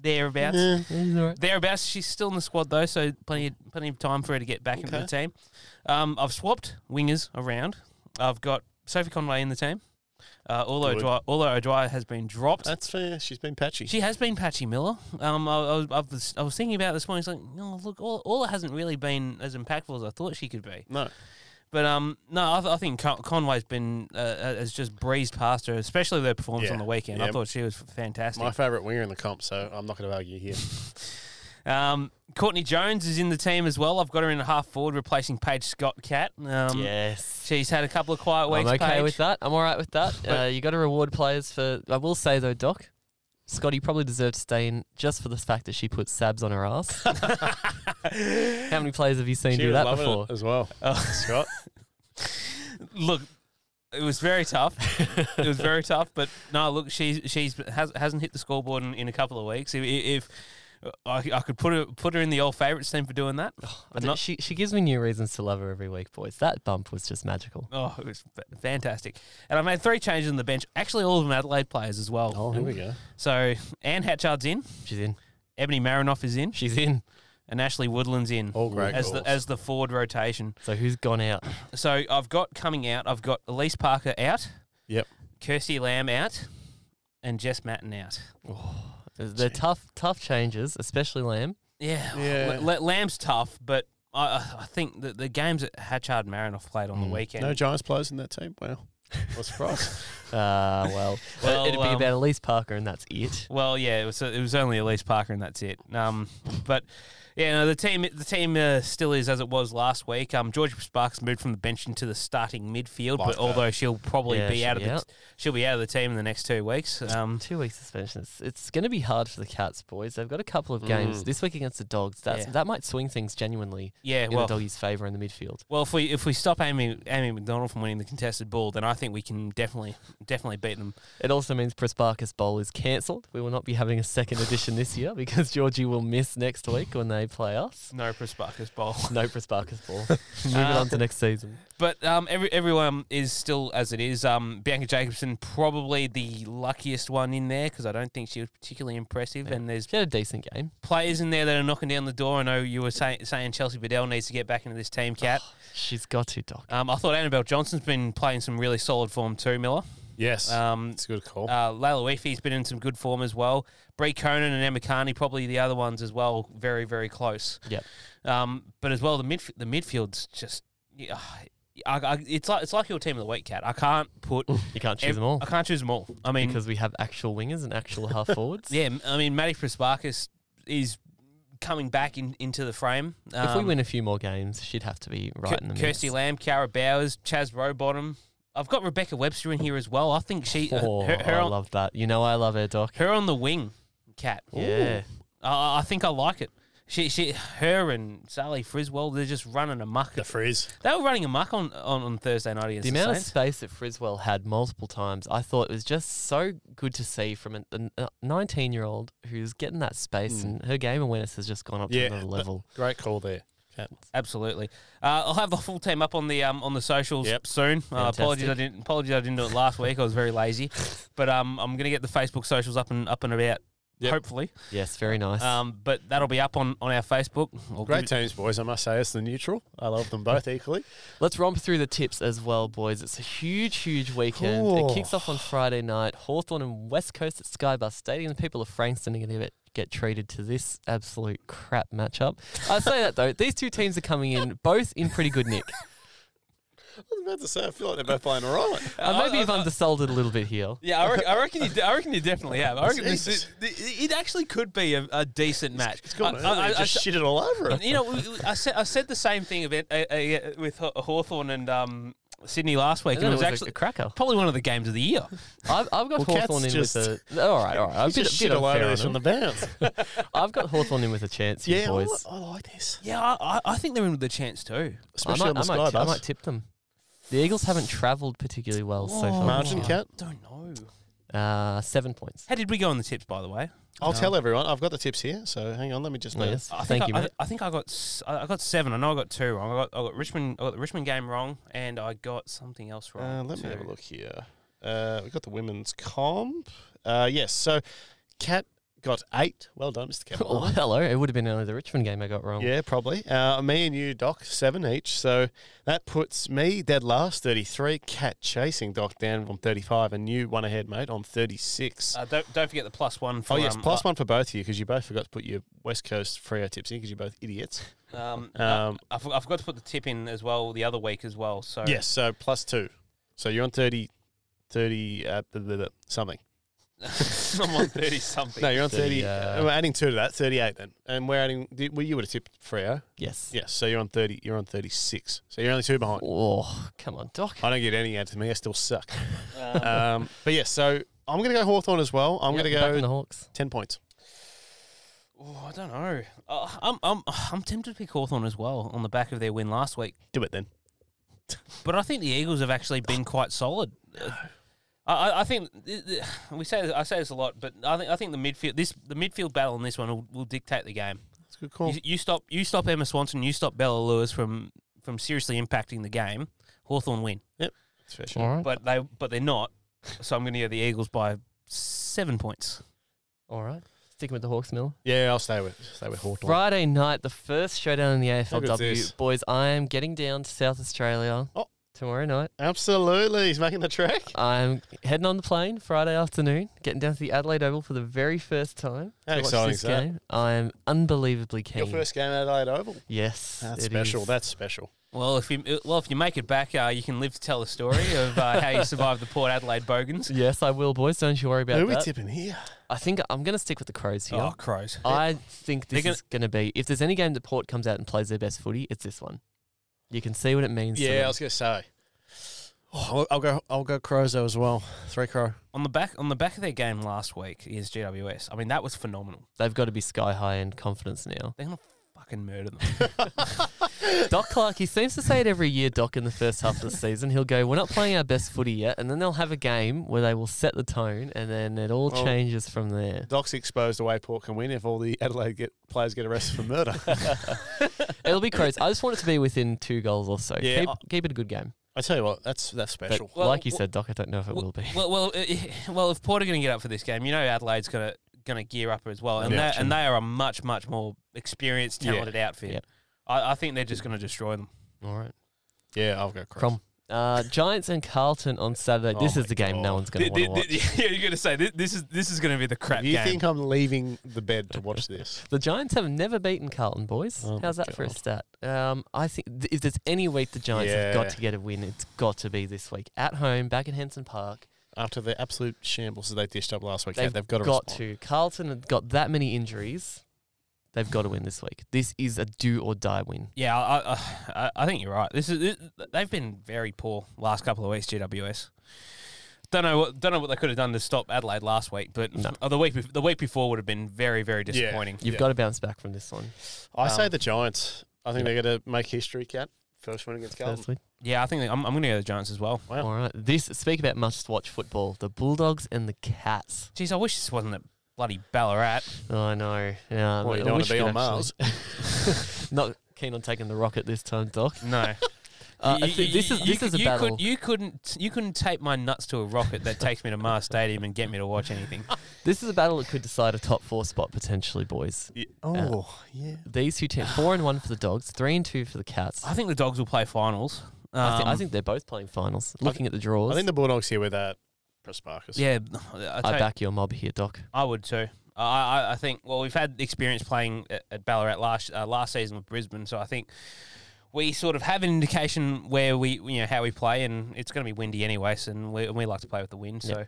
[SPEAKER 3] thereabouts.
[SPEAKER 2] Yeah.
[SPEAKER 3] Thereabouts, she's still in the squad though, so plenty of, plenty of time for her to get back into the team. Um, I've swapped wingers around. I've got Sophie Conway in the team. Uh, although
[SPEAKER 2] Good.
[SPEAKER 3] O'Dwyer, although O'Dwyer has been dropped,
[SPEAKER 2] That's fair. She's been patchy.
[SPEAKER 3] she has been Patchy Miller. Um, I, I, was, I was I was thinking about this morning. It's like, no, look, all, all hasn't really been as impactful as I thought she could be.
[SPEAKER 2] no.
[SPEAKER 3] But um, no, I, th- I think Con- Conway's been uh, uh, has just breezed past her, especially their performance
[SPEAKER 2] Yeah.
[SPEAKER 3] on the weekend. I
[SPEAKER 2] Yeah.
[SPEAKER 3] thought she was f- fantastic.
[SPEAKER 2] My favourite winger in the comp, so I'm not going to argue here.
[SPEAKER 3] Um, Courtney Jones is in the team as well. I've got her in a half forward, replacing Paige Scott Cat. Um,
[SPEAKER 1] Yes.
[SPEAKER 3] She's had a couple of quiet
[SPEAKER 1] I'm
[SPEAKER 3] weeks.
[SPEAKER 1] okay
[SPEAKER 3] Paige.
[SPEAKER 1] with that. I'm all right with that. Uh, you got to reward players for. I will say though, Doc, Scotty probably deserved to stay in just for the fact that she put Sabs on her ass. How many players have you seen
[SPEAKER 2] She
[SPEAKER 1] do
[SPEAKER 2] was
[SPEAKER 1] that
[SPEAKER 2] loving it
[SPEAKER 1] before?
[SPEAKER 2] as well. Scott.
[SPEAKER 3] Oh, Look, it was very tough. it was very tough. But no, look, she's she's has, hasn't hit the scoreboard in, in a couple of weeks. If, if I, I could put her put her in the old favourites team for doing that,
[SPEAKER 1] I
[SPEAKER 3] but
[SPEAKER 1] don't-
[SPEAKER 3] not
[SPEAKER 1] she she gives me new reasons to love her every week, boys. That bump was just magical.
[SPEAKER 3] Oh, it was fa- fantastic. And I made three changes on the bench. Actually, all of them Adelaide players as well.
[SPEAKER 2] Oh, here we go.
[SPEAKER 3] So Anne Hatchard's in,
[SPEAKER 1] She's in.
[SPEAKER 3] Ebony Marinoff is in,
[SPEAKER 1] She's in.
[SPEAKER 3] and Ashley Woodland's in
[SPEAKER 1] Oh,
[SPEAKER 2] All great
[SPEAKER 3] as
[SPEAKER 2] goals.
[SPEAKER 3] the as the forward rotation.
[SPEAKER 1] So who's gone out?
[SPEAKER 3] So I've got coming out. I've got Elise Parker out.
[SPEAKER 2] Yep.
[SPEAKER 3] Kirsty Lamb out, and Jess Matten out.
[SPEAKER 1] They're tough, tough changes, especially Lamb.
[SPEAKER 3] Yeah.
[SPEAKER 2] Yeah.
[SPEAKER 3] L- L- Lamb's tough, but I I- I think that the games that Hatchard Marinoff played on the weekend.
[SPEAKER 2] Mm. No Giants players in that team. Wow. What a surprise.
[SPEAKER 1] Uh, well,
[SPEAKER 3] Well,
[SPEAKER 1] it'd be
[SPEAKER 3] um,
[SPEAKER 1] about Elise Parker, and that's it.
[SPEAKER 3] Well, yeah, it was it was only Elise Parker, and that's it. Um, but yeah, no, the team the team uh, still is as it was last week. Um, Georgia Sparks moved from the bench into the starting midfield,
[SPEAKER 2] Like
[SPEAKER 3] but
[SPEAKER 2] that.
[SPEAKER 3] although she'll probably
[SPEAKER 1] Yeah,
[SPEAKER 3] be
[SPEAKER 1] she'll
[SPEAKER 3] out of
[SPEAKER 1] be
[SPEAKER 3] the
[SPEAKER 1] out.
[SPEAKER 3] she'll be out of the team in the next two weeks. Um,
[SPEAKER 1] Two weeks suspension. It's, it's going to be hard for the Cats, boys. They've got a couple of games this week against the Dogs. That's,
[SPEAKER 3] Mm. Yeah.
[SPEAKER 1] That might swing things genuinely
[SPEAKER 3] yeah,
[SPEAKER 1] in
[SPEAKER 3] well,
[SPEAKER 1] the Doggies' favour in the midfield.
[SPEAKER 3] well, if we if we stop Amy Amy McDonald from winning the contested ball, then I think we can definitely definitely beat them.
[SPEAKER 1] It also means Prosparkus Bowl is cancelled. We will not be having a second edition this year because Georgie will miss next week when they play us.
[SPEAKER 3] No Prosparkas Bowl.
[SPEAKER 1] No Prosparkus Bowl. Moving on
[SPEAKER 3] Uh,
[SPEAKER 1] to next season.
[SPEAKER 3] But um, every, everyone is still as it is. Um, Bianca Jacobson probably the luckiest one in there because I don't think she was particularly impressive. And there's
[SPEAKER 1] She had a decent game.
[SPEAKER 3] players in there that are knocking down the door. I know you were say, saying Chelsea Bedell needs to get back into this team, Cat.
[SPEAKER 1] She's got to, Doc.
[SPEAKER 3] Um, I thought Annabelle Johnson's been playing some really solid form too, Miller.
[SPEAKER 2] Yes.
[SPEAKER 3] Um,
[SPEAKER 2] It's a good call.
[SPEAKER 3] uh, Layla Weefy's been in some good form as well. Bree Conan and Emma Carney probably the other ones as well. Very very close.
[SPEAKER 1] Yep.
[SPEAKER 3] Um, but as well the midf- the midfield's just. Yeah, I, I, it's like it's like your team of the week, Cat. I can't put
[SPEAKER 1] You can't choose
[SPEAKER 3] ev-
[SPEAKER 1] them all.
[SPEAKER 3] I can't choose them all. I mean,
[SPEAKER 1] because we have actual wingers and actual half forwards.
[SPEAKER 3] yeah, I mean, Matty Prasparkas is coming back in, into the frame.
[SPEAKER 1] If we
[SPEAKER 3] Um,
[SPEAKER 1] win a few more games, she'd have to be right
[SPEAKER 3] K-
[SPEAKER 1] in the mix.
[SPEAKER 3] Kirsty Lamb, Cara Bowers, Chaz Rowbottom. I've got Rebecca Webster in here as well. I think she, uh,
[SPEAKER 1] Oh,
[SPEAKER 3] her, her,
[SPEAKER 1] I
[SPEAKER 3] on,
[SPEAKER 1] love that. You know I love her, Doc.
[SPEAKER 3] her on the wing, cat.
[SPEAKER 1] Yeah.
[SPEAKER 3] I I think I like it. She, she, her and Sally Friswell, they're just running amok.
[SPEAKER 2] the frizz.
[SPEAKER 3] They were running amok on, on, on Thursday night against
[SPEAKER 1] The
[SPEAKER 3] the,
[SPEAKER 1] amount of
[SPEAKER 3] Saints.
[SPEAKER 1] space that Friswell had multiple times, I thought it was just so good to see from a 19 year old who's getting that space
[SPEAKER 3] Hmm.
[SPEAKER 1] and her game awareness has just gone up
[SPEAKER 2] Yeah,
[SPEAKER 1] to another
[SPEAKER 2] but-
[SPEAKER 1] level.
[SPEAKER 2] Great call there. Cat.
[SPEAKER 3] Absolutely. Uh, I'll have the full team up on the um, on the socials
[SPEAKER 2] Yep.
[SPEAKER 3] soon. Uh,
[SPEAKER 1] Fantastic.
[SPEAKER 3] apologies, I didn't. Apologies, I didn't do it last week. I was very lazy, but um, I'm gonna get the Facebook socials up and up and about.
[SPEAKER 2] Yep.
[SPEAKER 3] Hopefully,
[SPEAKER 1] Yes, very nice.
[SPEAKER 3] um, but that'll be up on, on our Facebook. I'll give
[SPEAKER 2] Great teams, boys. I must say, it's the neutral. I love them both equally.
[SPEAKER 1] Let's romp through the tips as well, boys. It's a huge, huge weekend. It kicks off on Friday night. Hawthorn and West Coast at Skybus Stadium. The people of Frankston are going to get, get treated to this absolute crap matchup. I say that though, these two teams are coming in both in pretty good nick.
[SPEAKER 2] I was about to say, I feel like they're both playing all right.
[SPEAKER 1] Uh, maybe you've undersold it a little bit here.
[SPEAKER 3] Yeah, I reckon, I reckon you. de- I reckon you definitely have. I reckon this,
[SPEAKER 2] Jesus.
[SPEAKER 3] th- it actually could be a, a decent match.
[SPEAKER 2] It's gone
[SPEAKER 3] I-
[SPEAKER 2] early.
[SPEAKER 3] I- I- I
[SPEAKER 2] just shit it all over
[SPEAKER 3] s-
[SPEAKER 2] it.
[SPEAKER 3] you know, we- we- I said I said the same thing event, uh, uh, with Haw- Hawthorn and um, Sydney last week,
[SPEAKER 1] And
[SPEAKER 3] and it was
[SPEAKER 1] a
[SPEAKER 3] actually
[SPEAKER 1] cracker.
[SPEAKER 3] probably one of the games of the year.
[SPEAKER 1] I've, I've got
[SPEAKER 2] Well,
[SPEAKER 1] Hawthorn in
[SPEAKER 2] Cats
[SPEAKER 1] with a. All right, all right. I've, bit,
[SPEAKER 2] Just
[SPEAKER 1] bit
[SPEAKER 2] shit all over
[SPEAKER 1] unfair on
[SPEAKER 2] this on
[SPEAKER 1] them.
[SPEAKER 2] the bounce.
[SPEAKER 1] I've got Hawthorn in with a chance here,
[SPEAKER 2] yeah, I, li-
[SPEAKER 1] boys.
[SPEAKER 2] I like this.
[SPEAKER 3] Yeah, I, I- I think they're in with a chance too.
[SPEAKER 1] I might,
[SPEAKER 2] Especially
[SPEAKER 1] I,
[SPEAKER 2] on the
[SPEAKER 1] might, I
[SPEAKER 2] Skybus.
[SPEAKER 1] might tip them. The Eagles haven't travelled particularly well so far. this
[SPEAKER 2] Margin
[SPEAKER 1] year.
[SPEAKER 2] count?
[SPEAKER 3] Don't know.
[SPEAKER 1] Uh, seven points.
[SPEAKER 3] How did we go on the tips, by the way?
[SPEAKER 2] I'll
[SPEAKER 1] No.
[SPEAKER 2] tell everyone. I've got the tips here, so hang on. Let me just.
[SPEAKER 1] Yes.
[SPEAKER 3] I think
[SPEAKER 1] Thank
[SPEAKER 3] I,
[SPEAKER 1] you,
[SPEAKER 3] I,
[SPEAKER 1] mate.
[SPEAKER 3] I think I got s- I I got seven. I know I got two wrong. I got I got Richmond. I got the Richmond game wrong, and I got something else
[SPEAKER 2] Know.
[SPEAKER 3] wrong.
[SPEAKER 2] Uh, let me have a
[SPEAKER 3] too.
[SPEAKER 2] look here. Uh, we got the women's comp. Uh, yes. So, Cat got eight. Well done, Mr. Cat.
[SPEAKER 1] Oh, hello. It would have been only the Richmond game I got
[SPEAKER 3] Oh.
[SPEAKER 1] wrong.
[SPEAKER 2] Yeah, probably. Uh, me and you, Doc, seven each. So that puts me dead last, 33. Cat chasing Doc down on 35, and you one ahead, mate, on 36.
[SPEAKER 3] Uh, don't don't forget the plus one. For,
[SPEAKER 2] oh, yes,
[SPEAKER 3] um,
[SPEAKER 2] plus one for both of you because you both forgot to put your West Coast Freo tips in because you're both idiots.
[SPEAKER 3] Um, uh,
[SPEAKER 2] Um,
[SPEAKER 3] I, for- I forgot to put the tip in as well the other week as well. So
[SPEAKER 2] yes, so plus two. So you're on 30, 30 uh, blah, blah, blah, something.
[SPEAKER 3] I'm on thirty something.
[SPEAKER 2] No, you're on 30.
[SPEAKER 1] 30, uh,
[SPEAKER 2] we're adding two to that, 38 then. And we're adding, did- well, you would have tipped Freo.
[SPEAKER 1] Yes.
[SPEAKER 2] Yes, so you're on 30, you're on 36. So you're only two behind.
[SPEAKER 1] Oh, come on, Doc.
[SPEAKER 2] I don't get any out to me. I still suck. um, but yes, so I'm going to go Hawthorn as well. I'm
[SPEAKER 1] Yep,
[SPEAKER 2] going to
[SPEAKER 1] back
[SPEAKER 2] go
[SPEAKER 1] on the Hawks.
[SPEAKER 2] 10 points.
[SPEAKER 3] Oh, I don't know. Uh, I'm I'm I'm tempted to pick Hawthorn as well on the back of their win last week,
[SPEAKER 2] Do it then.
[SPEAKER 3] but I think the Eagles have actually been quite solid. Uh, I, I- I think th- th- we say this- I say this a lot, but I think I think the midfield this the midfield battle in this one will, will dictate the game.
[SPEAKER 2] That's a good call.
[SPEAKER 3] You, you stop you stop Emma Swanson, you stop Bella Lewis from from seriously impacting the game. Hawthorn win,
[SPEAKER 2] That's fair shot.
[SPEAKER 1] All right.
[SPEAKER 3] but they but they're not. So I'm going to go the Eagles by seven points.
[SPEAKER 1] All right. Sticking with the Hawks, Miller.
[SPEAKER 2] Yeah, I'll stay with stay with Hawthorn.
[SPEAKER 1] Friday night, the first showdown in the
[SPEAKER 2] Look at this.
[SPEAKER 1] AFLW. Boys, I am getting down to South Australia
[SPEAKER 2] Oh.
[SPEAKER 1] tomorrow night.
[SPEAKER 2] Absolutely. He's making the track.
[SPEAKER 1] I'm heading on the plane Friday afternoon, getting down to the Adelaide Oval for the very first time.
[SPEAKER 2] How
[SPEAKER 1] to watch
[SPEAKER 2] exciting
[SPEAKER 1] this
[SPEAKER 2] Oh, is that?
[SPEAKER 1] game. I'm unbelievably keen.
[SPEAKER 2] Your first game at Adelaide Oval.
[SPEAKER 1] Yes.
[SPEAKER 2] That's
[SPEAKER 1] it
[SPEAKER 2] special.
[SPEAKER 1] is.
[SPEAKER 2] That's special.
[SPEAKER 3] Well, if you well if you make it back, uh, you can live to tell the story of uh, how you survived the Port Adelaide Bogans.
[SPEAKER 1] Yes, I will, boys. Don't you worry about
[SPEAKER 2] Who Oh. are we
[SPEAKER 1] that.
[SPEAKER 2] tipping here?
[SPEAKER 1] I think I'm going to stick with the Crows here.
[SPEAKER 3] crows!
[SPEAKER 1] I think
[SPEAKER 3] They're
[SPEAKER 1] this is going to be. If there's any game that Port comes out and plays their best footy, it's this one. You can see what it means. to
[SPEAKER 2] Yeah, I
[SPEAKER 1] them.
[SPEAKER 2] was going to say. Oh, I'll, I'll go. I'll go Crows though as well. Three Crow.
[SPEAKER 3] on the back on the back of their game last week is GWS. I mean, that was phenomenal.
[SPEAKER 1] they've got to be sky high in confidence now.
[SPEAKER 3] They're gonna fucking murder them.
[SPEAKER 1] Doc Clark, he seems to say it every year, Doc, in the first half of the season. He'll go, We're not playing our best footy yet. And then they'll have a game where they will set the tone and then it all
[SPEAKER 2] Well-
[SPEAKER 1] changes from there.
[SPEAKER 2] Doc's exposed the way Port can win if all the Adelaide get, players get arrested for murder.
[SPEAKER 1] It'll be crazy. I just want it to be within two goals or so.
[SPEAKER 2] Yeah,
[SPEAKER 1] keep,
[SPEAKER 2] I-
[SPEAKER 1] keep it a good game.
[SPEAKER 2] I tell you what, that's that's
[SPEAKER 1] But
[SPEAKER 2] special.
[SPEAKER 3] Well,
[SPEAKER 1] like you
[SPEAKER 3] wh-
[SPEAKER 1] said, Doc, I don't know if it
[SPEAKER 3] wh-
[SPEAKER 1] will be.
[SPEAKER 3] well, well, uh, well, if Port are gonna get up for this game, you know Adelaide's gonna gonna gear up as well, and
[SPEAKER 2] Yeah,
[SPEAKER 3] they and they are a much much more experienced,
[SPEAKER 2] Yeah.
[SPEAKER 3] talented outfit.
[SPEAKER 1] Yeah.
[SPEAKER 3] I, I think they're just gonna destroy them.
[SPEAKER 1] all right.
[SPEAKER 2] yeah, I'll go Crows.
[SPEAKER 1] Crom. Uh, Giants and Carlton on Saturday.
[SPEAKER 2] Oh
[SPEAKER 1] this
[SPEAKER 2] my
[SPEAKER 1] is the game no
[SPEAKER 2] God.
[SPEAKER 1] one's going to want
[SPEAKER 3] Th-
[SPEAKER 1] to watch.
[SPEAKER 3] th- th- yeah, you're gonna say this, this is this is gonna be the crap
[SPEAKER 2] you
[SPEAKER 3] game.
[SPEAKER 2] think I'm leaving the bed to watch this?
[SPEAKER 1] The Giants have never beaten Carlton, boys.
[SPEAKER 2] Oh my
[SPEAKER 1] How's that for a
[SPEAKER 2] God.
[SPEAKER 1] stat? Um, I think th- if there's any week the Giants have
[SPEAKER 2] Yeah.
[SPEAKER 1] got to get a win, it's got to be this week at home, back in Henson Park.
[SPEAKER 2] After the absolute shambles that they dished up last week,
[SPEAKER 1] They've
[SPEAKER 2] they've, they've got to
[SPEAKER 1] got
[SPEAKER 2] respond.
[SPEAKER 1] to. Carlton have got that many injuries. They've got to win this week. This is a do or die win.
[SPEAKER 3] Yeah, I, I, I- I think you're right. This is it- they've been very poor last couple of weeks. GWS. Don't know what don't know what they could have done to stop Adelaide last week, but
[SPEAKER 1] No.
[SPEAKER 3] oh, the week bef- the week before would have been very very
[SPEAKER 2] Yeah.
[SPEAKER 3] disappointing.
[SPEAKER 1] You've
[SPEAKER 2] Yeah.
[SPEAKER 1] got to bounce back from this one.
[SPEAKER 2] I say
[SPEAKER 3] Um,
[SPEAKER 2] the Giants. I think
[SPEAKER 1] yeah.
[SPEAKER 2] they're going to make history, Cat. First win against Carlton.
[SPEAKER 1] Firstly.
[SPEAKER 3] Yeah, I think I'm, I'm going to go to the Giants as well.
[SPEAKER 2] Yeah.
[SPEAKER 1] All right. This speak about must watch football. The Bulldogs and the Cats.
[SPEAKER 3] Geez, I wish this wasn't at bloody Ballarat.
[SPEAKER 1] Oh, I know. Yeah,
[SPEAKER 2] Well,
[SPEAKER 1] I
[SPEAKER 2] you don't want
[SPEAKER 1] wish
[SPEAKER 2] to be
[SPEAKER 1] we'd
[SPEAKER 2] on
[SPEAKER 1] actually-
[SPEAKER 2] Mars.
[SPEAKER 1] Not keen on taking the rocket this time, Doc.
[SPEAKER 3] No,
[SPEAKER 1] Uh,
[SPEAKER 3] You-
[SPEAKER 1] I think this
[SPEAKER 3] you-
[SPEAKER 1] is
[SPEAKER 3] you
[SPEAKER 1] this
[SPEAKER 3] could-
[SPEAKER 1] is a
[SPEAKER 3] you
[SPEAKER 1] battle.
[SPEAKER 3] Could, you couldn't you couldn't tape my nuts to a rocket that takes me to Mars Stadium and get me to watch anything.
[SPEAKER 1] This is a battle that could decide a top four spot potentially, boys.
[SPEAKER 2] Yeah. Oh, yeah.
[SPEAKER 1] These two teams, four and one for the Dogs, three and two for the Cats. I,
[SPEAKER 3] I think the Dogs will play finals.
[SPEAKER 1] thi- I
[SPEAKER 3] Um,
[SPEAKER 1] think they're both playing finals.
[SPEAKER 2] thi-
[SPEAKER 1] Looking at the draws,
[SPEAKER 2] I
[SPEAKER 1] I,
[SPEAKER 2] think the Bulldogs here with that Prasparkas.
[SPEAKER 3] yeah, I, tell you-
[SPEAKER 1] back your mob here, Doc.
[SPEAKER 3] I would too. I, I, I think. Well, we've had experience playing at, at Ballarat last uh, last season with Brisbane, so I think we sort of have an indication where we you know how we play, and it's going to be windy anyway, so and we, and we like to play with the wind. So uh,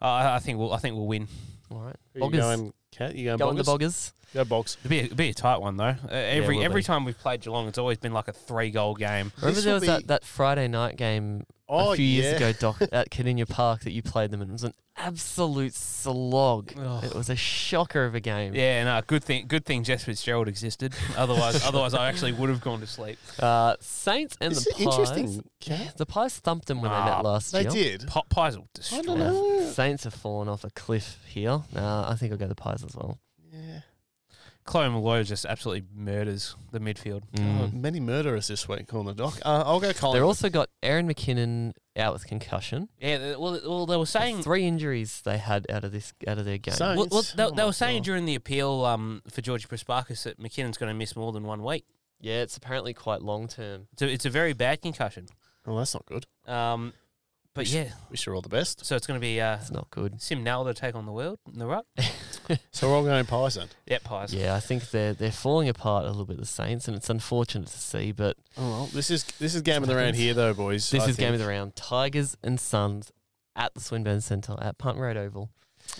[SPEAKER 3] I I think we'll I think we'll win.
[SPEAKER 1] All right,
[SPEAKER 2] Who you
[SPEAKER 1] Boggers.
[SPEAKER 2] going, Cat? You going
[SPEAKER 1] Go on the Boggers.
[SPEAKER 2] Boggers? Go Bogs.
[SPEAKER 3] It'll be a, it'll be a tight one though. Uh, every
[SPEAKER 1] will
[SPEAKER 3] every
[SPEAKER 1] be.
[SPEAKER 3] time we've played Geelong, it's always been like a three goal game.
[SPEAKER 1] Remember
[SPEAKER 2] This
[SPEAKER 1] there
[SPEAKER 2] will
[SPEAKER 1] was that,
[SPEAKER 2] be-
[SPEAKER 1] that Friday night game
[SPEAKER 2] Oh,
[SPEAKER 1] a few
[SPEAKER 2] yeah.
[SPEAKER 1] years ago, Doc, at Caninia Park that you played them, and it was an absolute slog.
[SPEAKER 3] Ugh.
[SPEAKER 1] It was a shocker of a game.
[SPEAKER 3] Yeah, no, good thing. Good thing Jess Fitzgerald existed. Otherwise, otherwise I actually would have gone to sleep.
[SPEAKER 1] Uh, Saints and
[SPEAKER 2] This
[SPEAKER 1] the
[SPEAKER 2] is interesting.
[SPEAKER 1] Pies. The Pies thumped them when they
[SPEAKER 3] Ah,
[SPEAKER 1] met last
[SPEAKER 2] They
[SPEAKER 1] year.
[SPEAKER 2] did.
[SPEAKER 3] Pop pies will
[SPEAKER 2] I
[SPEAKER 3] destroy.
[SPEAKER 2] don't
[SPEAKER 1] Yeah.
[SPEAKER 2] know.
[SPEAKER 1] Saints have fallen off a cliff here. Uh, I think I'll go the Pies as well.
[SPEAKER 2] Yeah.
[SPEAKER 3] Chloe Malloy just absolutely murders the midfield.
[SPEAKER 1] Mm.
[SPEAKER 2] Oh, many murderers this week on the dock. Uh, I'll go Colin.
[SPEAKER 1] They've also got Aaron McKinnon out with concussion.
[SPEAKER 3] Yeah, they- well, well, they were saying
[SPEAKER 1] Three injuries they had out of this out of their game.
[SPEAKER 2] So-
[SPEAKER 3] Well, well
[SPEAKER 2] Saints.
[SPEAKER 3] they,
[SPEAKER 2] Oh
[SPEAKER 3] they
[SPEAKER 2] my
[SPEAKER 3] were saying
[SPEAKER 2] God.
[SPEAKER 3] during the appeal um, for Georgie Prasparkas that McKinnon's going to miss more than one week.
[SPEAKER 1] yeah, it's apparently quite long term.
[SPEAKER 3] So it's a very bad concussion.
[SPEAKER 2] Oh, that's not good.
[SPEAKER 3] Um, but yeah,
[SPEAKER 2] Wish her all the best.
[SPEAKER 3] so it's going to be uh,
[SPEAKER 1] It's not good.
[SPEAKER 3] Sim Nell to take on the world in the ruck.
[SPEAKER 2] So we're all going pies then.
[SPEAKER 3] Yeah, pies.
[SPEAKER 1] Yeah, I think they're they're falling apart a little bit. The Saints, and it's unfortunate to see, but
[SPEAKER 2] Oh well, this is this is game of the round here though, boys.
[SPEAKER 1] this
[SPEAKER 2] I
[SPEAKER 1] is game of
[SPEAKER 2] think.
[SPEAKER 1] the round. Tigers and Suns at the Swinburne Centre at Punt Road Oval.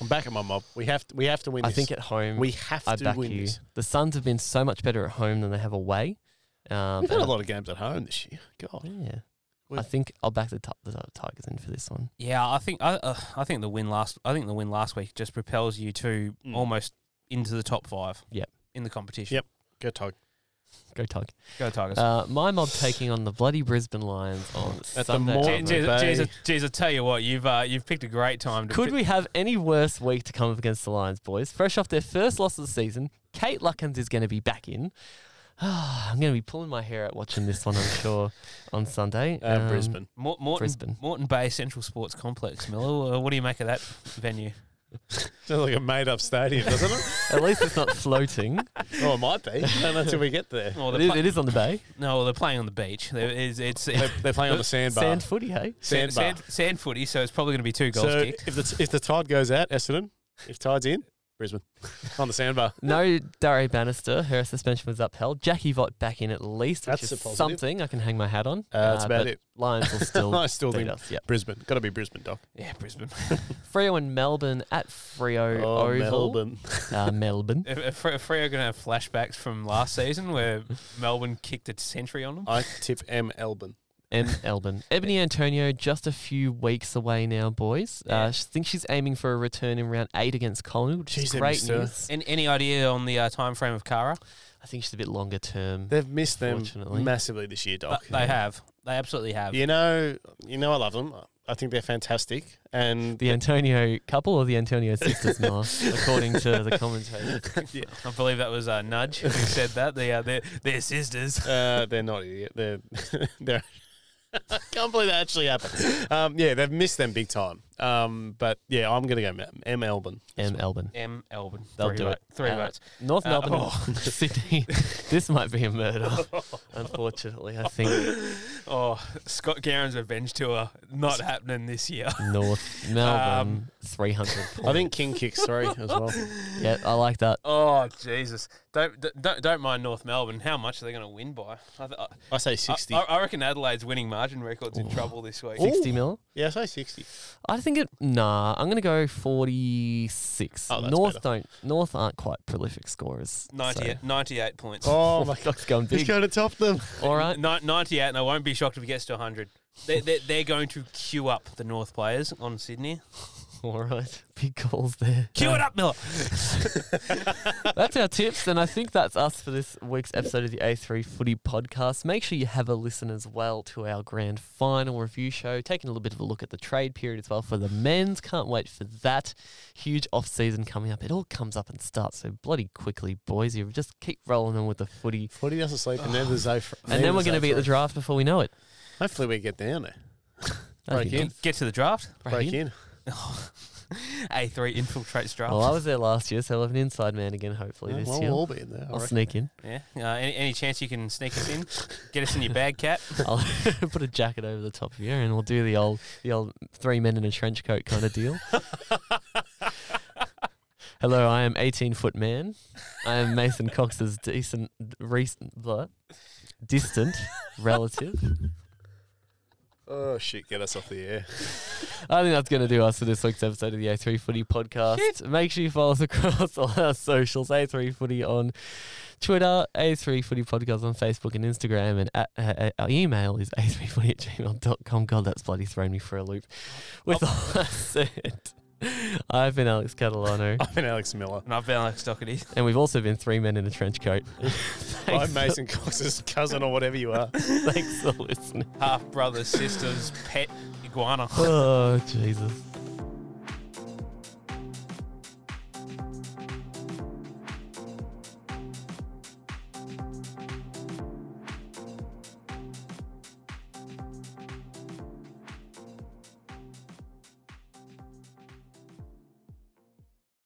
[SPEAKER 2] I'm back at my mob. We have to, we have to win.
[SPEAKER 1] I
[SPEAKER 2] this.
[SPEAKER 1] think at home
[SPEAKER 2] we have
[SPEAKER 1] I
[SPEAKER 2] to
[SPEAKER 1] back
[SPEAKER 2] win
[SPEAKER 1] you.
[SPEAKER 2] this.
[SPEAKER 1] The Suns have been so much better at home than they have away. Um,
[SPEAKER 2] We've had a
[SPEAKER 1] and-
[SPEAKER 2] lot of games at home this year. God,
[SPEAKER 1] Yeah. I
[SPEAKER 2] We've-
[SPEAKER 1] think I'll back the, t- the Tigers in for this one.
[SPEAKER 3] Yeah, I think I uh, I think the win last I think the win last week just propels you to
[SPEAKER 2] Mm.
[SPEAKER 3] almost into the top five.
[SPEAKER 1] Yep.
[SPEAKER 3] in the competition.
[SPEAKER 2] Yep. go Tug.
[SPEAKER 1] Go Tigers.
[SPEAKER 3] Go Tigers.
[SPEAKER 1] Uh, my mob taking on the bloody Brisbane Lions on
[SPEAKER 2] the
[SPEAKER 1] Sunday.
[SPEAKER 2] Moore-
[SPEAKER 3] Gee-
[SPEAKER 1] night.
[SPEAKER 2] Gee-
[SPEAKER 3] Jeez,
[SPEAKER 2] Bay.
[SPEAKER 3] jeez, jeez, I tell you what, you've uh, you've picked a great time. To
[SPEAKER 1] Could
[SPEAKER 3] fi-
[SPEAKER 1] we have any worse week to come up against the Lions, boys? Fresh off their first loss of the season, Kate Luckins is going to be back in. I'm going to be pulling my hair out watching this one, I'm sure, on Sunday.
[SPEAKER 2] Uh,
[SPEAKER 1] Um,
[SPEAKER 2] Brisbane.
[SPEAKER 3] Mor- Morton,
[SPEAKER 1] Brisbane.
[SPEAKER 3] Moreton Bay Central Sports Complex, Miller? uh, What do you make of that venue?
[SPEAKER 2] Sounds like a made up stadium, doesn't it?
[SPEAKER 1] At least it's not floating.
[SPEAKER 2] oh, it might be. I don't know until we get there.
[SPEAKER 3] Well,
[SPEAKER 1] it,
[SPEAKER 3] they're
[SPEAKER 1] is,
[SPEAKER 3] pla-
[SPEAKER 1] it is on the bay.
[SPEAKER 3] no, well, they're playing on the beach. There is, it's
[SPEAKER 2] They're, they're playing on the sandbar.
[SPEAKER 1] Sand footy, hey?
[SPEAKER 3] sand,
[SPEAKER 2] sandbar.
[SPEAKER 3] sand, sand footy, so it's probably going to be two goals
[SPEAKER 2] so
[SPEAKER 3] kicked.
[SPEAKER 2] if the if the tide goes out, Essendon. If tide's in, Brisbane on the sandbar.
[SPEAKER 1] No Dari Bannister. Her suspension was upheld. Jackie Vott back in at least, which
[SPEAKER 2] That's a
[SPEAKER 1] is
[SPEAKER 2] positive.
[SPEAKER 1] something I can hang my hat on.
[SPEAKER 2] Uh, that's about
[SPEAKER 1] but
[SPEAKER 2] it.
[SPEAKER 1] Lions will still
[SPEAKER 2] I still
[SPEAKER 1] beat
[SPEAKER 2] think
[SPEAKER 1] us. Yep.
[SPEAKER 2] Brisbane. Got to be Brisbane, Doc.
[SPEAKER 3] yeah, Brisbane.
[SPEAKER 1] Freo and Melbourne at Freo Oval.
[SPEAKER 2] Oh, Melbourne.
[SPEAKER 1] Uh, Melbourne.
[SPEAKER 3] If- if Fre- if Freo are going to have flashbacks from last season where Melbourne kicked a century on them.
[SPEAKER 2] I tip M. Elbin.
[SPEAKER 1] M. Elbin. Ebony Antonio, just a few weeks away now, boys. Uh, I think she's aiming for a return in round eight against Collingwood, which
[SPEAKER 2] Jeez,
[SPEAKER 1] is
[SPEAKER 2] they
[SPEAKER 1] great
[SPEAKER 2] missed her.
[SPEAKER 1] news.
[SPEAKER 3] An- any idea on the uh, time frame of Kara?
[SPEAKER 1] I think she's a bit longer term.
[SPEAKER 2] They've missed them
[SPEAKER 1] Fortunately.
[SPEAKER 2] massively this year,
[SPEAKER 3] But
[SPEAKER 2] Doc.
[SPEAKER 3] They have. They absolutely have.
[SPEAKER 2] You know, you know, I love them. I think they're fantastic, and
[SPEAKER 1] The Antonio couple or the Antonio sisters, Miller, according to the commentators.
[SPEAKER 3] I believe that was uh, Nudge who said that. They, uh, they're, they're sisters.
[SPEAKER 2] uh, they're not idiot. They're they're. I can't believe that actually happened. Um, yeah, they've missed them big time. Um, but yeah, I'm gonna go M- M. Elbin.
[SPEAKER 1] M. Elbin.
[SPEAKER 3] M. Elbin.
[SPEAKER 1] They'll
[SPEAKER 3] three
[SPEAKER 1] do
[SPEAKER 3] vo-
[SPEAKER 1] it.
[SPEAKER 3] Three
[SPEAKER 1] Uh,
[SPEAKER 3] votes.
[SPEAKER 1] North
[SPEAKER 3] Uh,
[SPEAKER 1] Melbourne, and Sydney. this might be a murder, unfortunately. I think
[SPEAKER 3] Oh, Scott Garron's revenge tour not happening this year.
[SPEAKER 1] North Melbourne, 300 points.
[SPEAKER 2] I think King kicks three as well.
[SPEAKER 1] Yeah, I like that.
[SPEAKER 3] Oh Jesus! Don't d- don't don't mind North Melbourne. How much are they going to win by? I, th- I-
[SPEAKER 2] I say sixty.
[SPEAKER 3] I, I reckon Adelaide's winning margin record's in trouble this week.
[SPEAKER 1] 60 mil.
[SPEAKER 2] yeah, I say sixty.
[SPEAKER 1] I think it. Nah, I'm gonna go 46.
[SPEAKER 2] Oh, that's
[SPEAKER 1] North
[SPEAKER 2] better.
[SPEAKER 1] don't. North aren't quite prolific scorers.
[SPEAKER 3] 90, 98 points.
[SPEAKER 2] Oh
[SPEAKER 1] Oh my
[SPEAKER 2] my god,
[SPEAKER 1] Doc's going
[SPEAKER 2] he's
[SPEAKER 1] big.
[SPEAKER 2] going to top them.
[SPEAKER 1] All right.
[SPEAKER 3] Ni- 98, and I won't be shocked if it gets to 100. They're, they're, they're going to queue up the North players on Sydney.
[SPEAKER 1] All right. Big calls there.
[SPEAKER 3] Queue it up, Miller.
[SPEAKER 1] That's our tips, and I think that's us for this week's episode of the A3 Footy Podcast. Make sure you have a listen as well to our grand final review show, taking a little bit of a look at the trade period as well for the men's. Can't wait for that. Huge off season coming up. It all comes up and starts so bloody quickly, boys. You just keep rolling on with the footy.
[SPEAKER 2] Footy doesn't sleep, and then there's over.
[SPEAKER 1] And then we're going to be at the draft
[SPEAKER 2] draft.
[SPEAKER 1] before we know it.
[SPEAKER 2] Hopefully, we get down there.
[SPEAKER 1] That'd
[SPEAKER 2] Break
[SPEAKER 1] be
[SPEAKER 2] in.
[SPEAKER 1] nice.
[SPEAKER 3] Get to the draft.
[SPEAKER 1] Break in.
[SPEAKER 2] Break in.
[SPEAKER 3] A3 infiltrates draft.
[SPEAKER 1] Well, I was there last year, so I'll have an inside man again, hopefully,
[SPEAKER 2] Yeah,
[SPEAKER 1] this
[SPEAKER 2] well,
[SPEAKER 1] year.
[SPEAKER 2] we'll all be in there. I
[SPEAKER 1] I'll
[SPEAKER 2] reckon.
[SPEAKER 1] sneak in.
[SPEAKER 3] yeah. Uh, any, any chance you can sneak us in? Get us in your bag, cat.
[SPEAKER 1] I'll put a jacket over the top of you, and we'll do the old, the old three men in a trench coat kind of deal. Hello, I am 18 foot man. I am Mason Cox's decent, recent, blah, distant relative.
[SPEAKER 2] Oh shit! Get us off the air.
[SPEAKER 1] I think that's going to do us for this week's episode of the A3 Footy podcast. Make sure you follow us across all our socials A3 Footy on Twitter, A3 Footy podcast on Facebook and Instagram, and at, uh, uh, our email is Oh. a3footy at gmail.com. God, that's bloody thrown me for a loop. With all that said, I've been Alex Catalano,
[SPEAKER 2] I've been Alex Miller.
[SPEAKER 3] And I've been Alex Doherty.
[SPEAKER 1] and we've also been three men in a trench coat. thanks,
[SPEAKER 2] I'm Mason Cox's cousin or whatever you are.
[SPEAKER 1] thanks for listening.
[SPEAKER 3] Half brother, sister's pet iguana.
[SPEAKER 1] Oh Jesus.